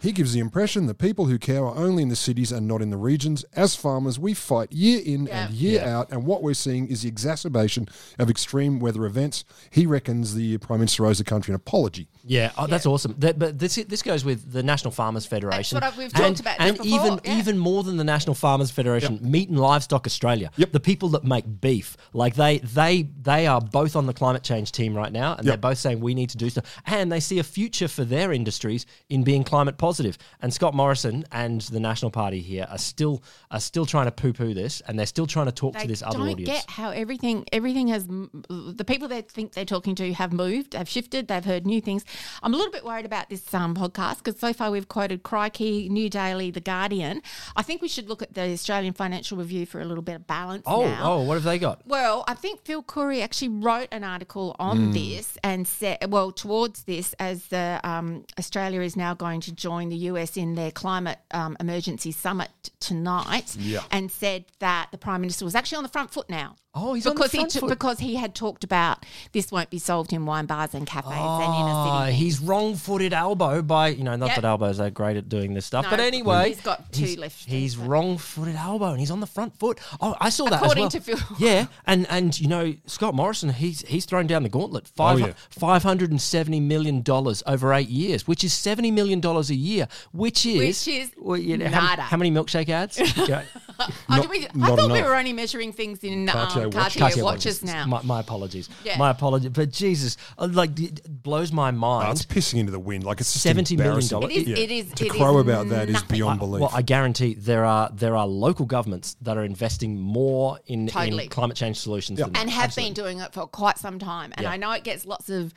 Speaker 11: he gives the impression that people who care are only in the cities and not in the regions. As farmers, we fight year in and year out, and what we're seeing is the exacerbation of extreme weather events. He reckons the Prime Minister owes the country an apology.
Speaker 10: Yeah, oh, that's awesome. That, but this this goes with the National Farmers Federation.
Speaker 4: what I- we've
Speaker 10: and,
Speaker 4: talked about this
Speaker 10: and
Speaker 4: before,
Speaker 10: even
Speaker 4: yeah.
Speaker 10: even more than the National Farmers Federation, Meat and Livestock Australia,
Speaker 11: Yep.
Speaker 10: the people that make beef, like they they they are both on the climate change team right now, and
Speaker 11: Yep.
Speaker 10: they're both saying we need to do stuff, and they see a future for their industries in being climate positive. And Scott Morrison and the National Party here are still are still trying to poo poo this, and they're still trying to talk
Speaker 4: they
Speaker 10: to this other
Speaker 4: don't
Speaker 10: audience.
Speaker 4: get how everything everything has m- the people they think they're talking to have moved, have shifted, they've heard new things. I'm a little bit worried about this um, podcast because so far we've quoted Crikey, New Daily, The Guardian. I think we should look at the Australian Financial Review for a little bit of balance.
Speaker 10: oh
Speaker 4: now.
Speaker 10: oh, what have they got?
Speaker 4: Well, I think Phil Curry actually wrote an article on
Speaker 10: Hmm.
Speaker 4: this and said, well, towards this, as the um, Australia is now going to join the US in their climate um, emergency summit t- tonight, and said that the Prime Minister was actually on the front foot now.
Speaker 10: Oh, he's on the
Speaker 4: because
Speaker 10: front
Speaker 4: he
Speaker 10: foot.
Speaker 4: because he had talked about this won't be solved in wine bars and cafes and inner city.
Speaker 10: Ah, his wrong-footed elbow by you know not
Speaker 4: Yep.
Speaker 10: that elbows are great at doing this stuff,
Speaker 4: No,
Speaker 10: but anyway,
Speaker 4: he's got two
Speaker 10: he's,
Speaker 4: left
Speaker 10: He's
Speaker 4: feet, so-
Speaker 10: wrong-footed elbow, and he's on the front foot. Oh, I saw that as
Speaker 4: According
Speaker 10: well.
Speaker 4: to Phil.
Speaker 10: Yeah, and and you know Scott Morrison, he's he's thrown down the gauntlet.
Speaker 4: Oh,
Speaker 10: Five
Speaker 11: yeah.
Speaker 10: five hundred and seventy million dollars over eight years, which is seventy million dollars a year, which is
Speaker 4: Which is
Speaker 10: you know, how,
Speaker 4: nada.
Speaker 10: how many milkshake ads? Yeah.
Speaker 4: Oh,
Speaker 11: Not-
Speaker 4: did we- I
Speaker 11: not
Speaker 4: thought we
Speaker 11: enough.
Speaker 4: were only measuring things in um,
Speaker 11: Cartier
Speaker 4: Cartier,
Speaker 11: watch-
Speaker 10: Cartier
Speaker 4: watches now.
Speaker 10: My, my apologies.
Speaker 4: Yeah.
Speaker 10: My apologies. But Jesus, uh, like, it blows my mind.
Speaker 11: That's pissing into the wind. Like it's just
Speaker 10: $70 million
Speaker 11: embarrassing.
Speaker 10: dollars.
Speaker 4: it is.
Speaker 11: Yeah.
Speaker 4: It is.
Speaker 11: to
Speaker 4: it is
Speaker 11: crow about that is
Speaker 4: nothing.
Speaker 11: beyond belief.
Speaker 10: Well, I guarantee there are there are local governments that are investing more in,
Speaker 4: Totally.
Speaker 10: in climate change solutions than
Speaker 4: and
Speaker 10: us.
Speaker 4: have
Speaker 10: Absolutely.
Speaker 4: been doing it for quite some time. And
Speaker 10: Yeah.
Speaker 4: I know it gets lots of,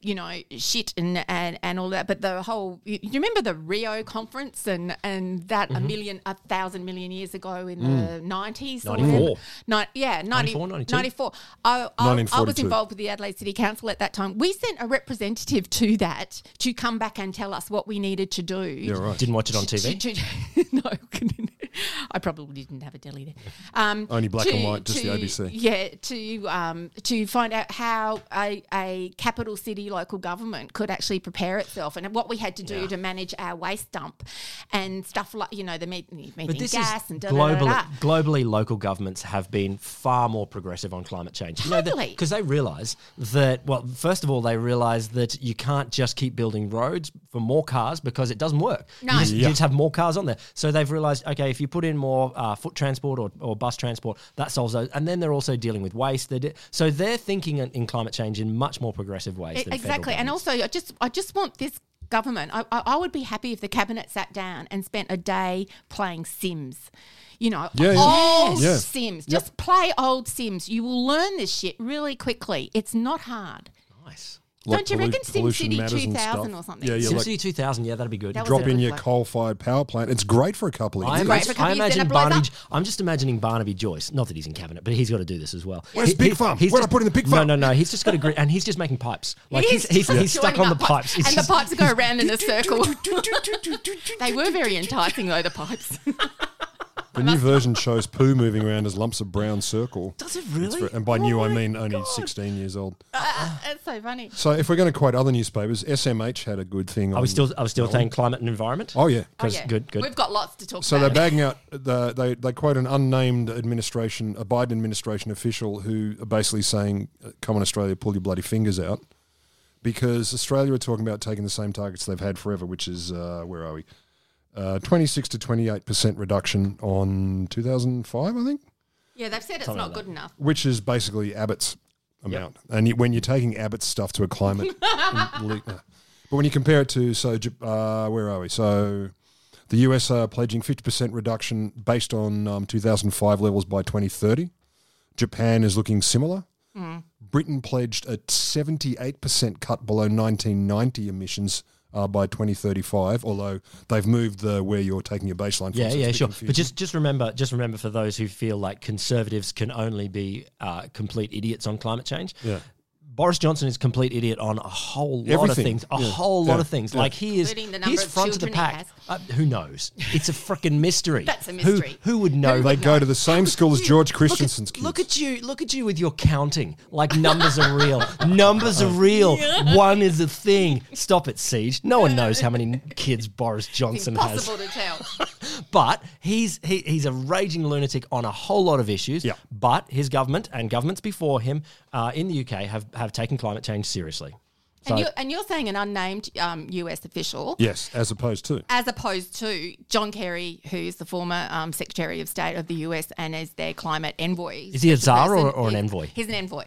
Speaker 4: you know, shit and and, and all that. But the whole, you, you remember the Rio conference and and that
Speaker 10: Mm-hmm.
Speaker 4: a million, a thousand million years ago in
Speaker 10: Mm.
Speaker 4: the nineties,
Speaker 10: 94.
Speaker 4: Ni- yeah, 90,
Speaker 10: 94, 92.
Speaker 4: 94. I, I, I was
Speaker 11: 1942.
Speaker 4: involved with the Adelaide City Council at that time. We sent a representative to that to come back and tell us what we needed to do. Yeah,
Speaker 11: right.
Speaker 10: Didn't watch it on TV.
Speaker 4: to- to- no, I probably didn't have a deli there. Um,
Speaker 11: Only black and white, just the ABC.
Speaker 4: Yeah, to um, to find out how a, a capital city local government could actually prepare itself and what we had to do to manage our waste dump and stuff like you know the met- methane
Speaker 10: But this
Speaker 4: gas
Speaker 10: is
Speaker 4: and da, E, da, da,
Speaker 10: globally,
Speaker 4: da, da.
Speaker 10: globally, local governments have been far more progressive on climate change.
Speaker 4: Totally.
Speaker 10: Because they realise that, well, first of all, they realise that you can't just keep building roads for more cars because it doesn't work.
Speaker 4: No.
Speaker 10: You, just, you
Speaker 11: Yeah.
Speaker 10: just have more cars on there. So they've realised, okay, if you put in more uh, foot transport or, or bus transport, that solves those. And then they're also dealing with waste. They're di- so they're thinking in, in climate change in much more progressive ways than federal
Speaker 4: E, exactly. And
Speaker 10: governments.
Speaker 4: also, I just I just want this government. I, I, I would be happy if the cabinet sat down and spent a day playing Sims. You know,
Speaker 11: Yeah, yeah.
Speaker 4: old
Speaker 11: Yeah.
Speaker 4: Sims. Just play old Sims. You will learn this shit really quickly. It's not hard.
Speaker 10: Nice.
Speaker 4: Don't you
Speaker 11: pollu-
Speaker 4: reckon Sim
Speaker 11: pollution
Speaker 4: City
Speaker 11: matters and
Speaker 4: 2000
Speaker 11: stuff.
Speaker 4: or something?
Speaker 11: Yeah, yeah.
Speaker 10: SimCity
Speaker 11: Like
Speaker 10: 2000, yeah, that'd be good.
Speaker 4: That was
Speaker 11: drop
Speaker 4: a
Speaker 11: in
Speaker 4: good
Speaker 11: your
Speaker 4: one.
Speaker 11: coal-fired power plant. It's great for a couple of
Speaker 10: I,
Speaker 11: years.
Speaker 4: great
Speaker 10: imagine,
Speaker 4: for
Speaker 10: I
Speaker 4: companies that
Speaker 10: imagine
Speaker 4: are blows up.
Speaker 10: Barnaby. I'm just imagining Barnaby Joyce. Not that he's in cabinet, but he's got to do this as well.
Speaker 11: Where's Pig Farm? Where
Speaker 10: just-
Speaker 11: do I put in the pig farm?
Speaker 10: No, no, no. He's just got to grit, and he's just making pipes. Like
Speaker 4: It
Speaker 10: he's
Speaker 4: is
Speaker 10: he's,
Speaker 4: just
Speaker 10: he's stuck
Speaker 4: joining
Speaker 10: on the
Speaker 4: up
Speaker 10: pipes. He's
Speaker 4: And the
Speaker 10: just-
Speaker 4: pipes go around in a circle. they were very enticing, though, the pipes.
Speaker 11: The new version shows poo moving around as lumps of brown circle.
Speaker 10: Does it
Speaker 11: It's
Speaker 10: really?
Speaker 11: ver- And by
Speaker 10: Oh
Speaker 11: new, I
Speaker 10: my
Speaker 11: mean only
Speaker 10: God.
Speaker 11: 16 years old.
Speaker 4: That's uh, so funny.
Speaker 11: So if we're going to quote other newspapers, SMH had a good thing.
Speaker 10: Are
Speaker 11: on,
Speaker 10: we still are we still saying climate and environment?
Speaker 11: Oh yeah.
Speaker 4: Oh,
Speaker 10: 'Cause
Speaker 4: yeah.
Speaker 10: good, good.
Speaker 4: We've got lots to talk
Speaker 11: So they're
Speaker 4: about.
Speaker 11: bagging out. The, they they quote an unnamed administration, a Biden administration official, who are basically saying, "Uh, "Come on, Australia, pull your bloody fingers out," because Australia are talking about taking the same targets they've had forever, which is uh, where are we? Uh, 26 to 28 percent reduction on 2005, I think,
Speaker 4: yeah, they've said it's not good enough.
Speaker 11: which is basically Abbott's amount. And you, when you're taking Abbott's stuff to a climate, and le- no. but when you compare it to so, Jap- uh, where are we? So the US are pledging 50% reduction based on um, 2005 levels by 2030. Japan is looking similar.
Speaker 10: Mm.
Speaker 11: Britain pledged a 78% cut below 1990 emissions uh, by 2035, although they've moved the where you're taking your baseline from.
Speaker 10: Yeah,
Speaker 11: so it's a
Speaker 10: yeah,
Speaker 11: bit
Speaker 10: sure.
Speaker 11: confusing.
Speaker 10: But just just remember, just remember for those who feel like conservatives can only be uh, complete idiots on climate change.
Speaker 11: Yeah.
Speaker 10: Boris Johnson is a complete idiot on a whole lot of
Speaker 11: Everything.
Speaker 10: things. A
Speaker 11: Yeah.
Speaker 10: whole lot
Speaker 11: Yeah.
Speaker 10: of things.
Speaker 11: Yeah.
Speaker 10: Like he is,
Speaker 4: Including the number
Speaker 10: he's
Speaker 4: of
Speaker 10: front of the
Speaker 4: children he
Speaker 10: pack. Uh, who knows? It's a freaking mystery.
Speaker 4: That's a
Speaker 10: Who-
Speaker 4: mystery.
Speaker 10: Who, would know?
Speaker 11: they go to the same school as George
Speaker 10: Look at,
Speaker 11: Christensen's kids.
Speaker 10: look at you! Look at you with your counting. Like numbers are real. numbers are real. One is a thing. Stop it, Siege. No one knows how many kids Boris
Speaker 4: It's
Speaker 10: Johnson has
Speaker 4: impossible to tell.
Speaker 10: but he's he, he's a raging lunatic on a whole lot of issues.
Speaker 11: Yeah.
Speaker 10: But his government and governments before him uh, in the UK have, have taken climate change seriously. So
Speaker 4: and, you, and you're saying an unnamed um, US official.
Speaker 11: Yes, as opposed to.
Speaker 4: as opposed to John Kerry, who's the former um, Secretary of State of the US and is their climate envoy.
Speaker 10: Is he a
Speaker 4: Special
Speaker 10: czar or-
Speaker 4: person-
Speaker 10: or an
Speaker 4: he's-
Speaker 10: envoy?
Speaker 4: He's an envoy,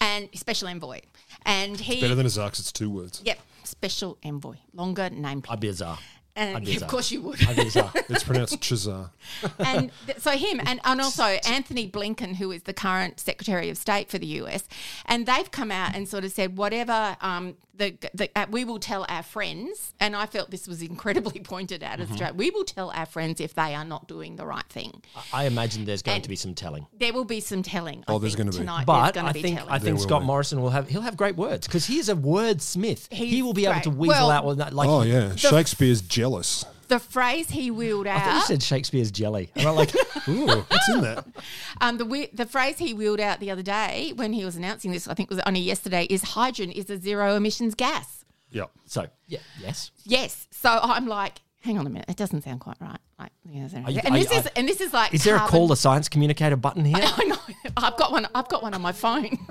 Speaker 4: and special envoy, and he.
Speaker 11: Better than a Zark's, it's two words.
Speaker 4: Yep, special envoy, longer name.
Speaker 10: I'd be a czar. I'd
Speaker 4: and
Speaker 10: be a
Speaker 4: of
Speaker 10: czar.
Speaker 4: course you would.
Speaker 10: I'd be a czar.
Speaker 11: It's pronounced Chazar.
Speaker 4: and th- so him and, and also Anthony Blinken, who is the current Secretary of State for the US, and they've come out and sort of said whatever um, the, the uh, we will tell our friends, and I felt this was incredibly pointed out
Speaker 10: Mm-hmm.
Speaker 4: as straight. We will tell our friends if they are not doing the right thing.
Speaker 10: I imagine there's going
Speaker 4: And-
Speaker 10: to be some telling.
Speaker 4: There will be some telling.
Speaker 11: Oh,
Speaker 4: I
Speaker 11: there's
Speaker 4: think,
Speaker 11: gonna be.
Speaker 4: tonight.
Speaker 10: But
Speaker 4: there's going
Speaker 10: I
Speaker 4: to be
Speaker 10: think
Speaker 4: telling.
Speaker 10: I think
Speaker 11: will
Speaker 10: Scott
Speaker 11: be.
Speaker 10: Morrison will have he'll have great words because he is a wordsmith. He
Speaker 4: He's
Speaker 10: will be able to
Speaker 4: great.
Speaker 10: weasel
Speaker 4: Well-
Speaker 10: out what that like.
Speaker 11: Oh, yeah. Shakespeare's jealous.
Speaker 4: the phrase he wheeled
Speaker 10: I thought you
Speaker 4: out.
Speaker 10: said Shakespeare's jelly. And I'm like,
Speaker 11: Ooh, what's in that?
Speaker 4: Um, the we- the phrase he wheeled out the other day when he was announcing this, I think it was only yesterday, is hydrogen is a zero emissions gas.
Speaker 11: Yeah.
Speaker 10: so yeah, yes.
Speaker 4: Yes. So I'm like, hang on a minute, that doesn't sound quite right. Like, you know, is there-
Speaker 10: Are you-
Speaker 4: and
Speaker 10: are
Speaker 4: this
Speaker 10: you-
Speaker 4: is and this is like
Speaker 10: Is there a
Speaker 4: carbon-
Speaker 10: call to science communicator button here?
Speaker 4: I know. I've got one. I've got one on my phone.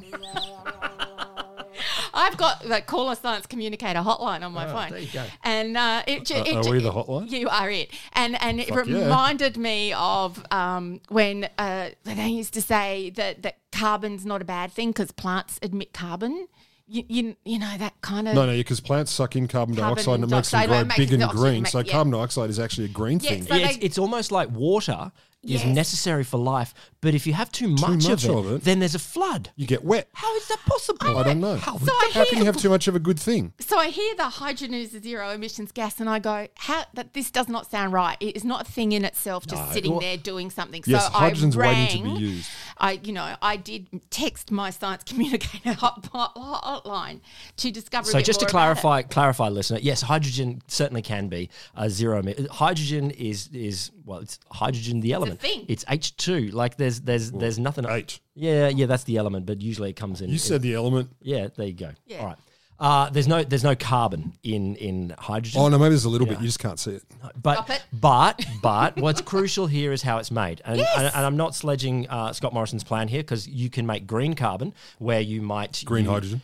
Speaker 4: I've got the caller science communicator hotline on my phone.
Speaker 10: Oh, there you go.
Speaker 4: And uh, it, ju-
Speaker 11: Uh,
Speaker 4: it
Speaker 11: are
Speaker 4: ju-
Speaker 11: we the hotline?
Speaker 4: You are it. And and it
Speaker 11: Fuck yeah.
Speaker 4: reminded me of um, when uh, they used to say that that carbon's not a bad thing because plants emit carbon. You, you you know that kind of
Speaker 11: No, no, because plants suck in carbon,
Speaker 4: Carbon
Speaker 11: dioxide and it makes
Speaker 4: dioxide,
Speaker 11: them
Speaker 4: well,
Speaker 11: grow
Speaker 4: it makes
Speaker 11: big
Speaker 4: the
Speaker 11: and
Speaker 4: oxygen
Speaker 11: green.
Speaker 4: make-
Speaker 11: so
Speaker 4: yeah.
Speaker 11: carbon dioxide is actually a green
Speaker 4: Yeah,
Speaker 11: thing.
Speaker 4: so-
Speaker 10: Yeah, it's,
Speaker 4: they-
Speaker 10: it's almost like water is
Speaker 4: Yes.
Speaker 10: necessary for life, but if you have too much, of,
Speaker 11: much
Speaker 10: it,
Speaker 11: of it.
Speaker 10: then there's a flood.
Speaker 11: you get wet.
Speaker 10: How is that possible?
Speaker 11: I don't know.
Speaker 10: How,
Speaker 11: How,
Speaker 10: would
Speaker 4: I
Speaker 10: that happen?
Speaker 11: can you have too much of a good thing?
Speaker 4: So I hear the hydrogen is a zero emissions gas, and I go, "How that this does not sound right. It is not a thing in itself, just sitting
Speaker 11: Well,
Speaker 4: there doing something."
Speaker 11: yes,
Speaker 4: so
Speaker 11: hydrogen's
Speaker 4: I
Speaker 11: waiting
Speaker 4: rang,
Speaker 11: to be used.
Speaker 4: I, you know, I did text my science communicator hot- hot- hotline to discover. a
Speaker 10: So
Speaker 4: bit
Speaker 10: just to
Speaker 4: more about it.
Speaker 10: clarify, clarify, listener, yes, hydrogen certainly can be a zero. emi- Hydrogen is is well, it's hydrogen the element.
Speaker 4: thing.
Speaker 10: It's H two. Like there's there's there's nothing.
Speaker 11: H.
Speaker 10: Yeah, yeah, that's the element, but usually it comes in.
Speaker 11: You said the element.
Speaker 10: yeah. There you go.
Speaker 4: Yeah.
Speaker 10: All right. Uh, there's no there's no carbon in in hydrogen.
Speaker 11: Oh, no, maybe there's a little bit. You just can't see it.
Speaker 10: But
Speaker 4: Stop it.
Speaker 10: but but what's crucial here is how it's made, and and, and I'm not sledging uh, Scott Morrison's plan here because you can make green carbon where you might
Speaker 11: Green
Speaker 10: you-
Speaker 11: hydrogen.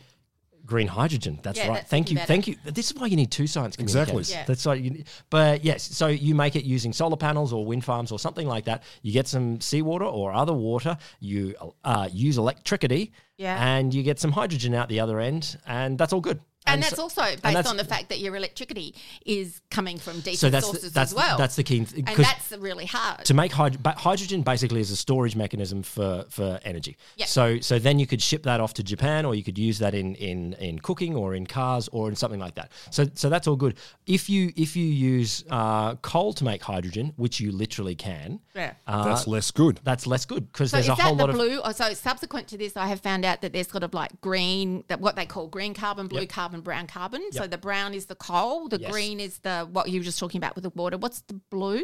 Speaker 10: Green hydrogen. That's
Speaker 4: Yeah,
Speaker 10: right.
Speaker 4: that's
Speaker 10: thank
Speaker 4: even
Speaker 10: you.
Speaker 4: better.
Speaker 10: Thank you. This is why you need two science
Speaker 11: Exactly.
Speaker 10: communicators. That's why. You, need- but yes, so you make it using solar panels or wind farms or something like that. You get some seawater or other water. You uh, use electricity.
Speaker 4: Yeah.
Speaker 10: And you get some hydrogen out the other end, and that's all good.
Speaker 4: And, that's
Speaker 10: so-
Speaker 4: also
Speaker 10: and
Speaker 4: based
Speaker 10: that's-
Speaker 4: on the fact that your electricity is coming from decent
Speaker 10: So that's the-
Speaker 4: sources
Speaker 10: that's-
Speaker 4: as well.
Speaker 10: that's the key th-
Speaker 4: and
Speaker 10: 'cause-
Speaker 4: that's really hard.
Speaker 10: to make hyd- ba- hydrogen basically is a storage mechanism for for energy.
Speaker 4: Yeah.
Speaker 10: So so then you could ship that off to Japan, or you could use that in in in cooking, or in cars, or in something like that. So so that's all good. If you if you use uh, coal to make hydrogen, which you literally can,
Speaker 4: Yeah.
Speaker 11: That's less good.
Speaker 10: that's less good because
Speaker 4: So
Speaker 10: there's
Speaker 4: is
Speaker 10: a whole
Speaker 4: that the
Speaker 10: lot of
Speaker 4: blue? Or so subsequent to this, I have found out that there's sort of like green, that what they call green carbon, blue
Speaker 10: Yep.
Speaker 4: carbon, brown carbon. So the brown is the coal, the
Speaker 10: Yes.
Speaker 4: green is the what you were just talking about with the water. What's the blue?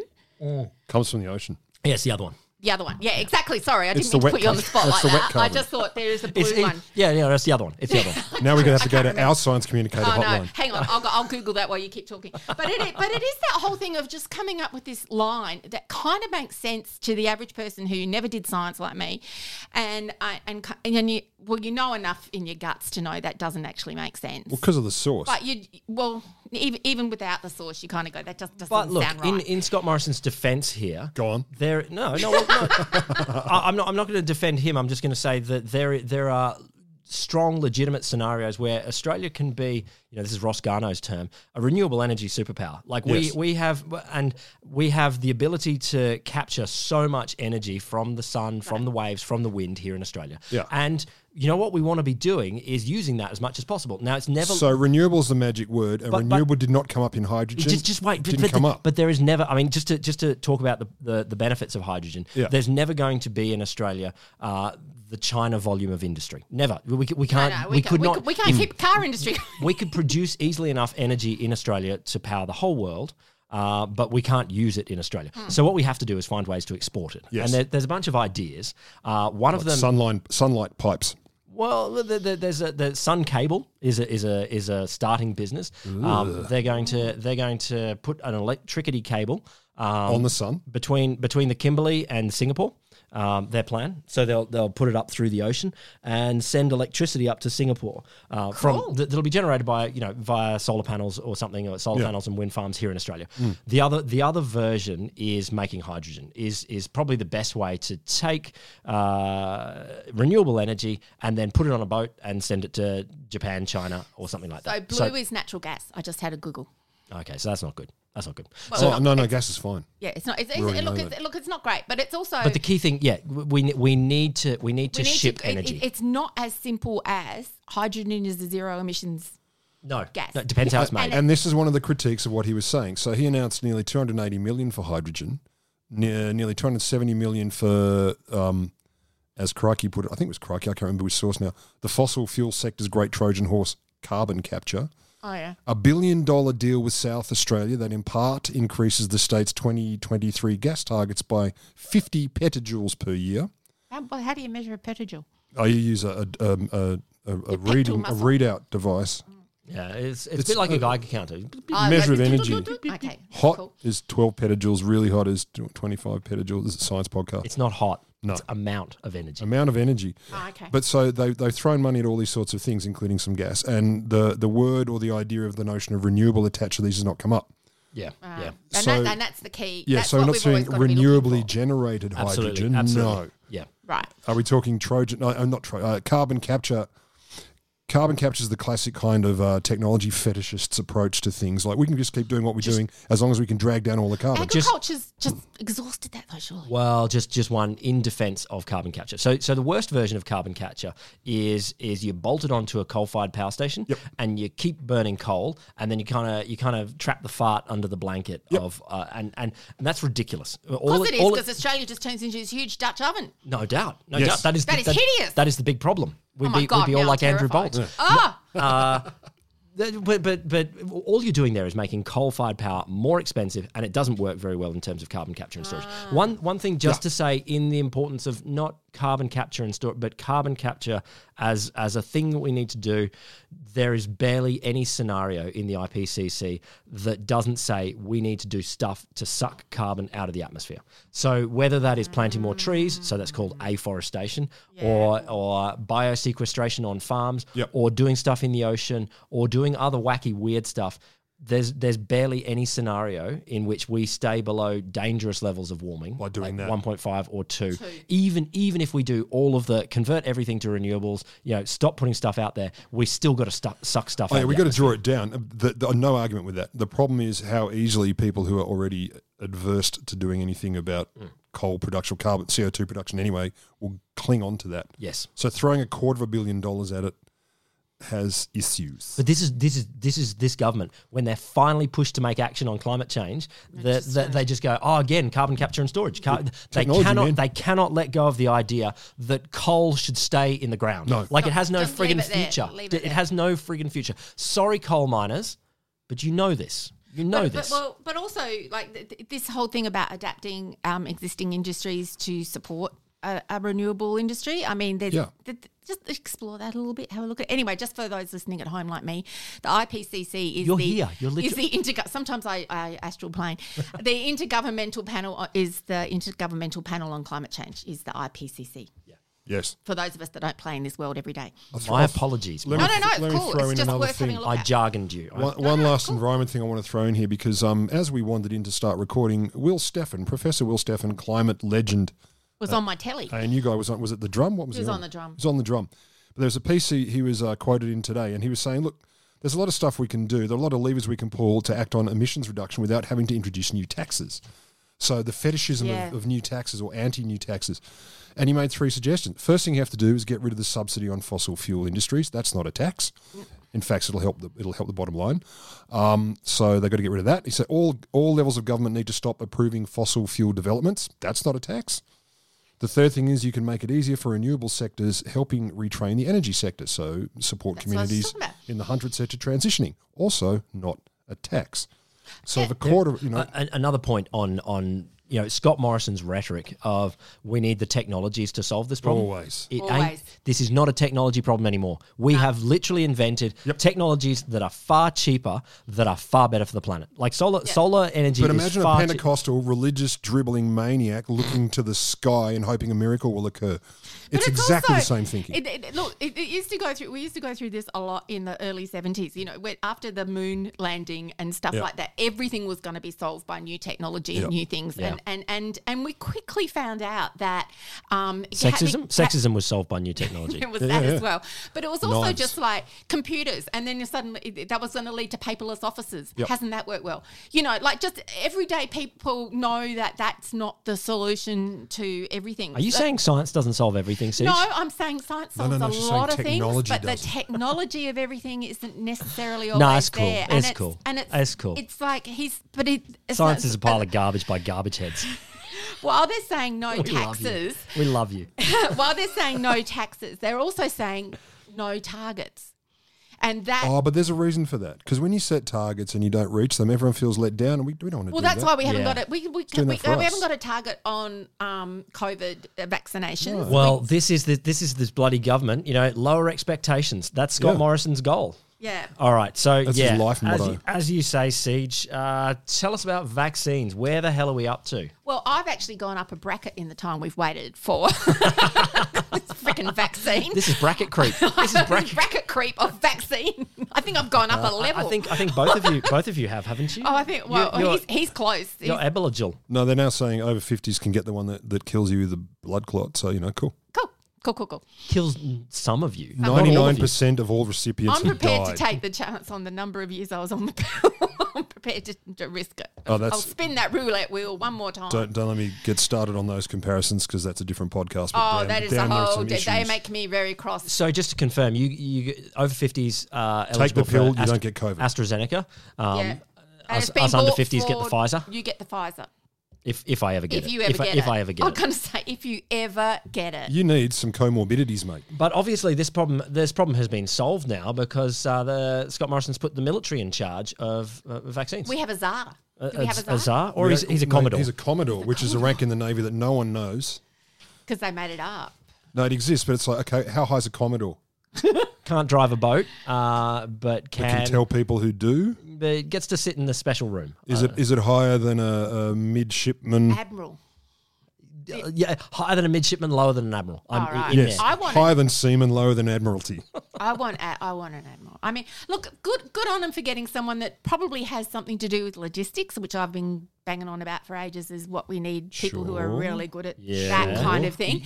Speaker 11: Comes from the ocean.
Speaker 10: yes, the other one.
Speaker 4: The other one. Yeah, exactly. Sorry, I
Speaker 11: It's
Speaker 4: didn't mean
Speaker 11: the
Speaker 4: to
Speaker 11: wet
Speaker 4: put you on the
Speaker 11: carbon.
Speaker 4: spot like
Speaker 11: That's the wet
Speaker 4: that. I
Speaker 11: carbon.
Speaker 4: just thought there is a blue
Speaker 10: It's, it-
Speaker 4: one.
Speaker 10: yeah, yeah, that's the other one. It's the other one.
Speaker 11: Now we're going to have to go
Speaker 4: can't
Speaker 11: to
Speaker 4: remember.
Speaker 11: our science communicator
Speaker 4: Oh
Speaker 11: hotline.
Speaker 4: no! Hang on, I'll, go, I'll Google that while you keep talking. But it, is- but it is that whole thing of just coming up with this line that kind of makes sense to the average person who never did science like me, and I and cu- and you well you know enough in your guts to know that doesn't actually make sense.
Speaker 11: Well, because of the source.
Speaker 4: but you well even, even without the source, you kind of go that just doesn't
Speaker 10: But look,
Speaker 4: sound right.
Speaker 10: in, in Scott Morrison's defence here,
Speaker 11: Go on.
Speaker 10: There, no, no, well, no. I, I'm not. I'm not going to defend him. I'm just going to say that there there are strong, legitimate scenarios where Australia can be. You know, this is Ross Garno's term, a renewable energy superpower. Like
Speaker 11: Yes.
Speaker 10: we we have, and we have the ability to capture so much energy from the sun, from the waves, from the wind here in Australia.
Speaker 11: Yeah.
Speaker 10: and. You know what we want to be doing is using that as much as possible. Now it's never
Speaker 11: So renewables the magic word, and
Speaker 10: But- but-
Speaker 11: renewable did not come up in hydrogen.
Speaker 10: just, just wait. But,
Speaker 11: didn't
Speaker 10: but,
Speaker 11: come
Speaker 10: the-
Speaker 11: up.
Speaker 10: but there is never. I mean, just to just to talk about the the, the benefits of hydrogen.
Speaker 11: Yeah.
Speaker 10: There's never going to be in Australia uh, the China volume of industry. Never. We, we, we can't.
Speaker 4: No,
Speaker 10: we,
Speaker 4: ca-
Speaker 10: could
Speaker 4: we,
Speaker 10: not.
Speaker 4: ca- we can't keep car industry.
Speaker 10: we could produce easily enough energy in Australia to power the whole world. Uh, but we can't use it in Australia.
Speaker 4: Hmm.
Speaker 10: So what we have to do is find ways to export it.
Speaker 11: Yes.
Speaker 10: And there, there's a bunch of ideas. Uh, one of them,
Speaker 11: sunlight sunlight pipes.
Speaker 10: well, the, the, there's a the Sun Cable is a is a is a starting business. Um, they're going to they're going to put an electricity cable um, on
Speaker 11: the sun?
Speaker 10: between between the Kimberley and Singapore. Um, their plan, so they'll they'll put it up through the ocean and send electricity up to Singapore uh, from that, that'll be generated by you know via solar panels or something or solar
Speaker 11: Yeah.
Speaker 10: panels and wind farms here in Australia. The other the other version is making hydrogen is is probably the best way to take uh, renewable energy and then put it on a boat and send it to Japan, China, or something like
Speaker 4: so
Speaker 10: that.
Speaker 4: blue is natural gas. I just had a Google.
Speaker 10: okay, so that's not good. That's not good.
Speaker 4: Well,
Speaker 10: so
Speaker 11: oh no, no, gas is fine.
Speaker 4: Yeah, it's not. It's,
Speaker 11: already
Speaker 4: it's, look,
Speaker 11: know
Speaker 4: it's, look, it's not great, but it's also.
Speaker 10: But the key thing, yeah, w- we ne- we need to we need to
Speaker 4: We need
Speaker 10: ship
Speaker 4: to- it-
Speaker 10: energy.
Speaker 4: it- it's not as simple as hydrogen is a zero emissions.
Speaker 10: no,
Speaker 4: gas.
Speaker 10: no, it depends how it's made.
Speaker 11: And, this is one of the critiques of what he was saying. So he announced nearly 280 million for hydrogen, ne- nearly 270 million for, um, as Crikey put it, I think it was Crikey, I can't remember which source now, the fossil fuel sector's great Trojan horse, carbon capture.
Speaker 4: Oh yeah.
Speaker 11: A billion dollar deal with South Australia that in part increases the state's 2023 gas targets by 50 petajoules per year.
Speaker 4: How, well, how do you measure a petajoule?
Speaker 11: I use a, a, um, a, a, a, reading, a
Speaker 4: muscle. Oh,
Speaker 11: readout device.
Speaker 10: yeah, it's, it's, a bit like a Geiger counter.
Speaker 11: Measure of energy.
Speaker 4: Okay.
Speaker 11: Hot
Speaker 4: Cool.
Speaker 11: is 12 petajoules. Really hot is 25 petajoules. This is a science podcast.
Speaker 10: It's not hot.
Speaker 11: No. Um,
Speaker 10: It's amount of energy.
Speaker 11: Amount of energy.
Speaker 4: Oh, okay.
Speaker 11: But so they, they've thrown money at all these sorts of things, including some gas. And the, the word or the idea of the notion of renewable attached to these has not come up.
Speaker 10: Yeah, yeah.
Speaker 4: and, that-
Speaker 11: So-
Speaker 4: and that's the key.
Speaker 11: Yeah,
Speaker 4: that's
Speaker 11: so we're
Speaker 4: what
Speaker 11: not
Speaker 4: we've
Speaker 11: seeing
Speaker 4: always got to be looking
Speaker 11: renewably
Speaker 4: for.
Speaker 11: generated
Speaker 10: Absolutely,
Speaker 11: hydrogen.
Speaker 10: absolutely.
Speaker 11: No.
Speaker 10: Yeah.
Speaker 4: Right.
Speaker 11: Are we talking Trojan? No, I'm not Trojan. Uh, carbon capture. Carbon capture is the classic kind of uh, technology fetishists approach to things. Like we can just keep doing what we're doing as long as we can drag down all the carbon.
Speaker 4: Agriculture's just exhausted that though, surely.
Speaker 10: Well, just just one in defence of carbon capture. So, so the worst version of carbon capture is is you bolt it onto a coal-fired power station and you keep burning coal, and then you kind of you kind of trap the fart under the blanket of uh, and, and and that's ridiculous.
Speaker 4: Of
Speaker 10: All
Speaker 4: course it is
Speaker 10: all
Speaker 4: because Australia just turns into this huge Dutch oven.
Speaker 10: no doubt, no
Speaker 11: Yes.
Speaker 10: doubt. That is
Speaker 4: That is hideous.
Speaker 10: That is the big problem. We'd
Speaker 4: Oh my
Speaker 10: be
Speaker 4: God,
Speaker 10: we'd be all
Speaker 4: now
Speaker 10: like
Speaker 4: I'm
Speaker 10: Andrew
Speaker 4: terrified.
Speaker 10: Bolt.
Speaker 4: Oh,
Speaker 10: That- But, but but all you're doing there is making coal-fired power more expensive, and it doesn't work very well in terms of carbon capture and storage. One one thing just to say in the importance of not carbon capture and storage, but carbon capture as as a thing that we need to do. There is barely any scenario in the IPCC that doesn't say we need to do stuff to suck carbon out of the atmosphere. So whether that is planting more trees, so that's called afforestation, or or biosequestration on farms,
Speaker 11: Yep.
Speaker 10: or doing stuff in the ocean or doing other wacky weird stuff there's there's barely any scenario in which we stay below dangerous levels of warming
Speaker 11: By doing that.
Speaker 10: 1.5 or 2. even even if we do all of the convert everything to renewables you know stop putting stuff out there we still got to stu- suck stuff
Speaker 11: Oh
Speaker 10: out
Speaker 11: yeah,
Speaker 10: of
Speaker 11: we
Speaker 10: the
Speaker 11: got to
Speaker 10: atmosphere.
Speaker 11: draw it down. Uh, The, the, no argument with that. The problem is how easily people who are already adverse to doing anything about
Speaker 10: Hmm.
Speaker 11: coal production, carbon, CO two production anyway, will cling on to that.
Speaker 10: yes
Speaker 11: So throwing a quarter of a billion dollars at it has issues.
Speaker 10: But this is this is this is this government when they're finally pushed to make action on climate change, that
Speaker 4: uh,
Speaker 10: that they just go, oh, again, carbon capture and storage. Car- they
Speaker 11: technology,
Speaker 10: cannot
Speaker 11: man.
Speaker 10: they cannot let go of the idea that coal should stay in the ground.
Speaker 11: No.
Speaker 10: like it has no
Speaker 4: Just leave
Speaker 10: friggin'
Speaker 4: it there.
Speaker 10: future.
Speaker 4: Leave
Speaker 10: D-
Speaker 4: it
Speaker 10: It,
Speaker 4: there.
Speaker 10: has no friggin' future. Sorry, coal miners, but you know this. You know
Speaker 4: but,
Speaker 10: this.
Speaker 4: But, well, but also like th- th- this whole thing about adapting um, existing industries to support a, a renewable industry. I mean, there's
Speaker 11: Yeah.
Speaker 4: th- th- just explore that a little bit. Have a look at anyway. Just for those listening at home, like me, the IPCC is
Speaker 10: You're
Speaker 4: the
Speaker 10: here. You're
Speaker 4: is the
Speaker 10: literally-
Speaker 4: intergo- Sometimes I, I astral plane. the intergovernmental panel o- is the intergovernmental panel on climate change. Is the IPCC
Speaker 11: Yes.
Speaker 4: for those of us that don't play in this world every day.
Speaker 10: My apologies.
Speaker 11: Let
Speaker 10: mate.
Speaker 4: No, no,
Speaker 11: me-
Speaker 4: no.
Speaker 11: let
Speaker 4: It's
Speaker 11: me
Speaker 4: cool.
Speaker 11: throw in
Speaker 4: It's just
Speaker 11: another
Speaker 4: worth having
Speaker 11: thing.
Speaker 4: a look
Speaker 10: I
Speaker 4: at.
Speaker 10: jargoned you.
Speaker 11: One, one last environment thing I want to throw in here because um, as we wandered in to start recording, Will Steffen, Professor Will Steffen, climate legend,
Speaker 4: was on my telly.
Speaker 11: a new guy was on. Was it the drum? What was
Speaker 4: He was
Speaker 11: on?
Speaker 4: on the drum.
Speaker 11: He was on the drum. But there was a piece he, he was uh, quoted in today, and he was saying, "Look, there's a lot of stuff we can do. There are a lot of levers we can pull to act on emissions reduction without having to introduce new taxes." So the fetishism
Speaker 4: Yeah.
Speaker 11: of, of new taxes or anti-new taxes, and he made three suggestions. First thing you have to do is get rid of the subsidy on fossil fuel industries. That's not a tax.
Speaker 4: Mm.
Speaker 11: In fact, it'll help the it'll help the bottom line. Um, so they've got to get rid of that. He said all all levels of government need to stop approving fossil fuel developments. That's not a tax. The third thing is you can make it easier for renewable sectors, helping retrain the energy sector. So support
Speaker 4: what I was
Speaker 11: communities
Speaker 4: talking about.
Speaker 11: in the hundred sector transitioning. Also not a tax. So if a quarter, you know,
Speaker 10: A- an- another point on on you know Scott Morrison's rhetoric of we need the technologies to solve this problem.
Speaker 11: Always.
Speaker 10: uh, it ain't.
Speaker 4: Always.
Speaker 10: This is not a technology problem anymore. We have literally invented technologies that are far cheaper, that are far better for the planet. Like solar solar energy.
Speaker 11: But
Speaker 10: is
Speaker 11: imagine a
Speaker 10: far chea-
Speaker 11: Pentecostal religious dribbling maniac looking to the sky and hoping a miracle will occur. It's, exactly the
Speaker 4: also-
Speaker 11: same thinking.
Speaker 4: It, it- look, it, it used to go through. We used to go through this a lot in the early seventies. You know, where after the moon landing and stuff
Speaker 11: Yeah.
Speaker 4: like that, everything was going to be solved by new technology
Speaker 11: Yeah.
Speaker 4: and new things. And, and and and we quickly found out that um,
Speaker 10: sexism.
Speaker 4: having-
Speaker 10: Sexism was solved by new technology.
Speaker 4: It was
Speaker 11: Yeah,
Speaker 4: that
Speaker 11: yeah.
Speaker 4: as well, but it was also
Speaker 11: Knives.
Speaker 4: just like computers, and then you suddenly it- that was going to lead to paperless offices.
Speaker 11: Yep.
Speaker 4: Hasn't that worked well? You know, like just everyday people know that that's not the solution to everything.
Speaker 10: Are you saying science doesn't solve everything, Siege?
Speaker 4: No, I'm saying science
Speaker 11: No,
Speaker 4: solves
Speaker 11: no, no,
Speaker 4: a
Speaker 11: she's saying
Speaker 4: lot of things,
Speaker 11: technology
Speaker 4: but the
Speaker 11: doesn't.
Speaker 4: technology of everything isn't necessarily always
Speaker 10: No, it's cool.
Speaker 4: there.
Speaker 10: It's cool.
Speaker 4: And it's,
Speaker 10: It's cool.
Speaker 4: It's like he's, but it, it's
Speaker 10: Science
Speaker 4: not-
Speaker 10: is a pile of garbage by garbage heads.
Speaker 4: While they're saying no
Speaker 10: We
Speaker 4: taxes,
Speaker 10: love you. We love you.
Speaker 4: while they're saying no taxes, they're also saying no targets, and that.
Speaker 11: oh, but there's a reason for that. Because when you set targets and you don't reach them, everyone feels let down and we, we don't want to
Speaker 4: well,
Speaker 11: do
Speaker 4: that's
Speaker 11: that.
Speaker 4: why we haven't
Speaker 10: Yeah.
Speaker 4: got it. We we,
Speaker 11: doing
Speaker 4: we,
Speaker 11: that for
Speaker 4: we
Speaker 11: us.
Speaker 4: haven't got a target on um, COVID uh, vaccinations.
Speaker 10: Well, this is the, this is this bloody government. You know, lower expectations. That's Scott
Speaker 11: Yeah.
Speaker 10: Morrison's goal.
Speaker 4: yeah.
Speaker 10: All right, so
Speaker 11: That's his
Speaker 10: yeah,
Speaker 11: life
Speaker 10: as,
Speaker 11: motto.
Speaker 10: you, as you say, Siege. Uh, tell us about vaccines. Where the hell are we up to?
Speaker 4: Well, I've actually gone up a bracket in the time we've waited for this freaking vaccine.
Speaker 10: This is bracket creep. This is bracket. Uh,
Speaker 4: creep of vaccine. I think I've gone up a level.
Speaker 10: I think I think both of you both of you have, haven't you?
Speaker 4: Oh, I think. Well,
Speaker 10: you're,
Speaker 4: he's, he's close. He's,
Speaker 10: you're aboriginal.
Speaker 11: No, they're now saying over 50s can get the one that, that kills you with the blood clot. So, you know, cool.
Speaker 4: cool, cool, cool, cool.
Speaker 10: Kills some of you. Not all of you.
Speaker 11: 99% of all recipients
Speaker 4: I'm
Speaker 11: have
Speaker 4: prepared
Speaker 11: died.
Speaker 4: to take the chance on the number of years I was on the pill. I'm prepared to, to risk it.
Speaker 11: Oh, that's-
Speaker 4: I'll spin that roulette wheel one more time.
Speaker 11: Don't, don't let me get started on those comparisons because that's a different podcast. but
Speaker 4: oh,
Speaker 11: damn-
Speaker 4: that is
Speaker 11: damn,
Speaker 4: a
Speaker 11: there are
Speaker 4: whole.
Speaker 11: some
Speaker 4: They
Speaker 11: issues.
Speaker 4: make me very cross.
Speaker 10: So just to confirm, you you over fifties uh, eligible
Speaker 11: pill,
Speaker 10: for
Speaker 11: you don't get COVID.
Speaker 10: AstraZeneca. Um,
Speaker 4: yeah. And
Speaker 10: Us,
Speaker 4: it's been
Speaker 10: us under
Speaker 4: bought
Speaker 10: fifties get the
Speaker 4: for-
Speaker 10: Pfizer
Speaker 4: You get the Pfizer
Speaker 10: if if I ever get
Speaker 4: if
Speaker 10: it.
Speaker 4: you ever
Speaker 10: if I,
Speaker 4: get it.
Speaker 10: if I ever get
Speaker 4: I'm
Speaker 10: it.
Speaker 4: gonna say if you ever get it.
Speaker 11: You need some comorbidities, mate.
Speaker 10: But obviously, this problem this problem has been solved now because uh, the Scott Morrison's put the military in charge of uh, vaccines.
Speaker 4: We have a czar. Do
Speaker 10: a,
Speaker 4: we have a czar?
Speaker 10: a czar, or
Speaker 11: We
Speaker 10: he's,
Speaker 11: don't-
Speaker 10: he's a
Speaker 11: mate,
Speaker 10: commodore.
Speaker 11: He's a Commodore, which is a rank in the Navy that no one knows.
Speaker 4: Because they made it up.
Speaker 11: No, it exists, but it's like, okay, how high is a Commodore?
Speaker 10: Can't drive a boat, uh, but
Speaker 11: I
Speaker 10: can,
Speaker 11: can tell people who do.
Speaker 10: but gets to sit in the special room.
Speaker 11: Mm. Is it is it higher than a, a midshipman?
Speaker 4: Admiral.
Speaker 10: uh, yeah, higher than a midshipman, lower than an admiral. I'm
Speaker 4: All right.
Speaker 10: in
Speaker 11: Yes,
Speaker 10: there.
Speaker 4: I want
Speaker 11: higher than seaman, lower than admiralty.
Speaker 4: I want a, I want an admiral. I mean, look, good good on them for getting someone that probably has something to do with logistics, which I've been banging on about for ages is what we need people who are
Speaker 10: Sure.
Speaker 4: really good at
Speaker 10: Yeah.
Speaker 4: that kind of thing.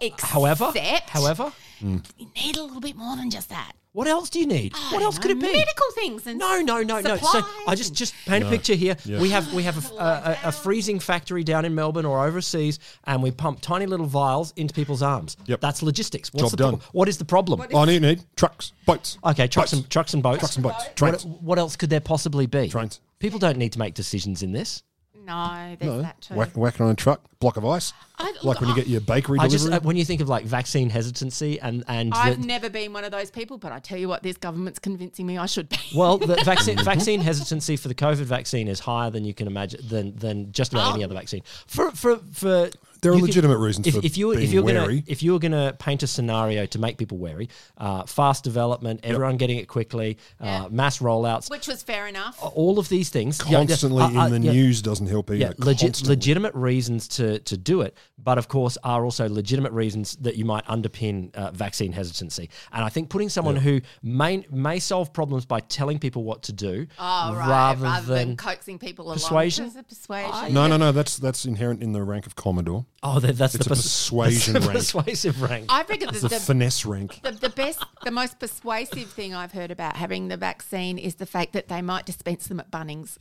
Speaker 4: Except
Speaker 10: However, however,
Speaker 4: we need a little bit more than just that.
Speaker 10: what else do you need?
Speaker 4: I
Speaker 10: what
Speaker 4: don't
Speaker 10: else could it
Speaker 4: know,
Speaker 10: be?
Speaker 4: Medical things and
Speaker 10: No, no, no, no. So
Speaker 4: supplies
Speaker 10: I just
Speaker 4: and-
Speaker 10: just paint a picture here.
Speaker 11: Yeah.
Speaker 10: We have we have a, a, a, a freezing factory down in Melbourne or overseas, and we pump tiny little vials into people's arms.
Speaker 11: Yep.
Speaker 10: That's logistics. What's
Speaker 11: Job
Speaker 10: the
Speaker 11: done.
Speaker 10: Problem? What is the problem?
Speaker 11: I need, need trucks, boats.
Speaker 10: Okay, trucks
Speaker 11: Boats.
Speaker 10: and trucks and boats.
Speaker 11: Trucks and boats.
Speaker 10: What,
Speaker 11: Trains.
Speaker 10: what else could there possibly be?
Speaker 11: Trains.
Speaker 10: People don't need to make decisions in this.
Speaker 4: no, there's
Speaker 11: No,
Speaker 4: that too.
Speaker 11: whack, whacking on a truck, block of ice.
Speaker 4: I-
Speaker 11: like when you get your bakery
Speaker 10: I
Speaker 11: delivery.
Speaker 10: just uh, when you think of like vaccine hesitancy and and
Speaker 4: I've
Speaker 10: the-
Speaker 4: never been one of those people, but I tell you what, this government's convincing me I should be.
Speaker 10: well, the vaccine vaccine hesitancy for the COVID vaccine is higher than you can imagine than than just about any other vaccine. For for for
Speaker 11: There are
Speaker 10: you could-
Speaker 11: legitimate reasons
Speaker 10: if,
Speaker 11: for
Speaker 10: if you
Speaker 11: being
Speaker 10: if you're gonna
Speaker 11: wary.
Speaker 10: if you're gonna paint a scenario to make people wary, uh, fast development, everyone getting it quickly, uh, mass rollouts,
Speaker 4: Which was fair enough.
Speaker 10: all of these things yeah, yeah,
Speaker 11: constantly
Speaker 10: uh, uh,
Speaker 11: in the
Speaker 10: yeah.
Speaker 11: news doesn't help either.
Speaker 10: yeah, legit,
Speaker 11: Constantly.
Speaker 10: legitimate reasons to to do it, but of course are also legitimate reasons that you might underpin uh, vaccine hesitancy. And I think putting someone who may may solve problems by telling people what to do,
Speaker 4: Oh, right.
Speaker 10: rather, than,
Speaker 4: than, coaxing people along.
Speaker 10: persuasion?
Speaker 4: Because of Persuasion.
Speaker 11: No, no, no. That's that's inherent in the rank of commodore.
Speaker 10: oh, that- that's
Speaker 11: It's
Speaker 10: the
Speaker 11: a
Speaker 10: pers-
Speaker 11: persuasion
Speaker 10: that's the
Speaker 11: rank.
Speaker 10: persuasive rank.
Speaker 4: I reckon the,
Speaker 11: The,
Speaker 4: the,
Speaker 11: finesse rank.
Speaker 4: the, the best, the most persuasive thing I've heard about having the vaccine is the fact that they might dispense them at Bunnings.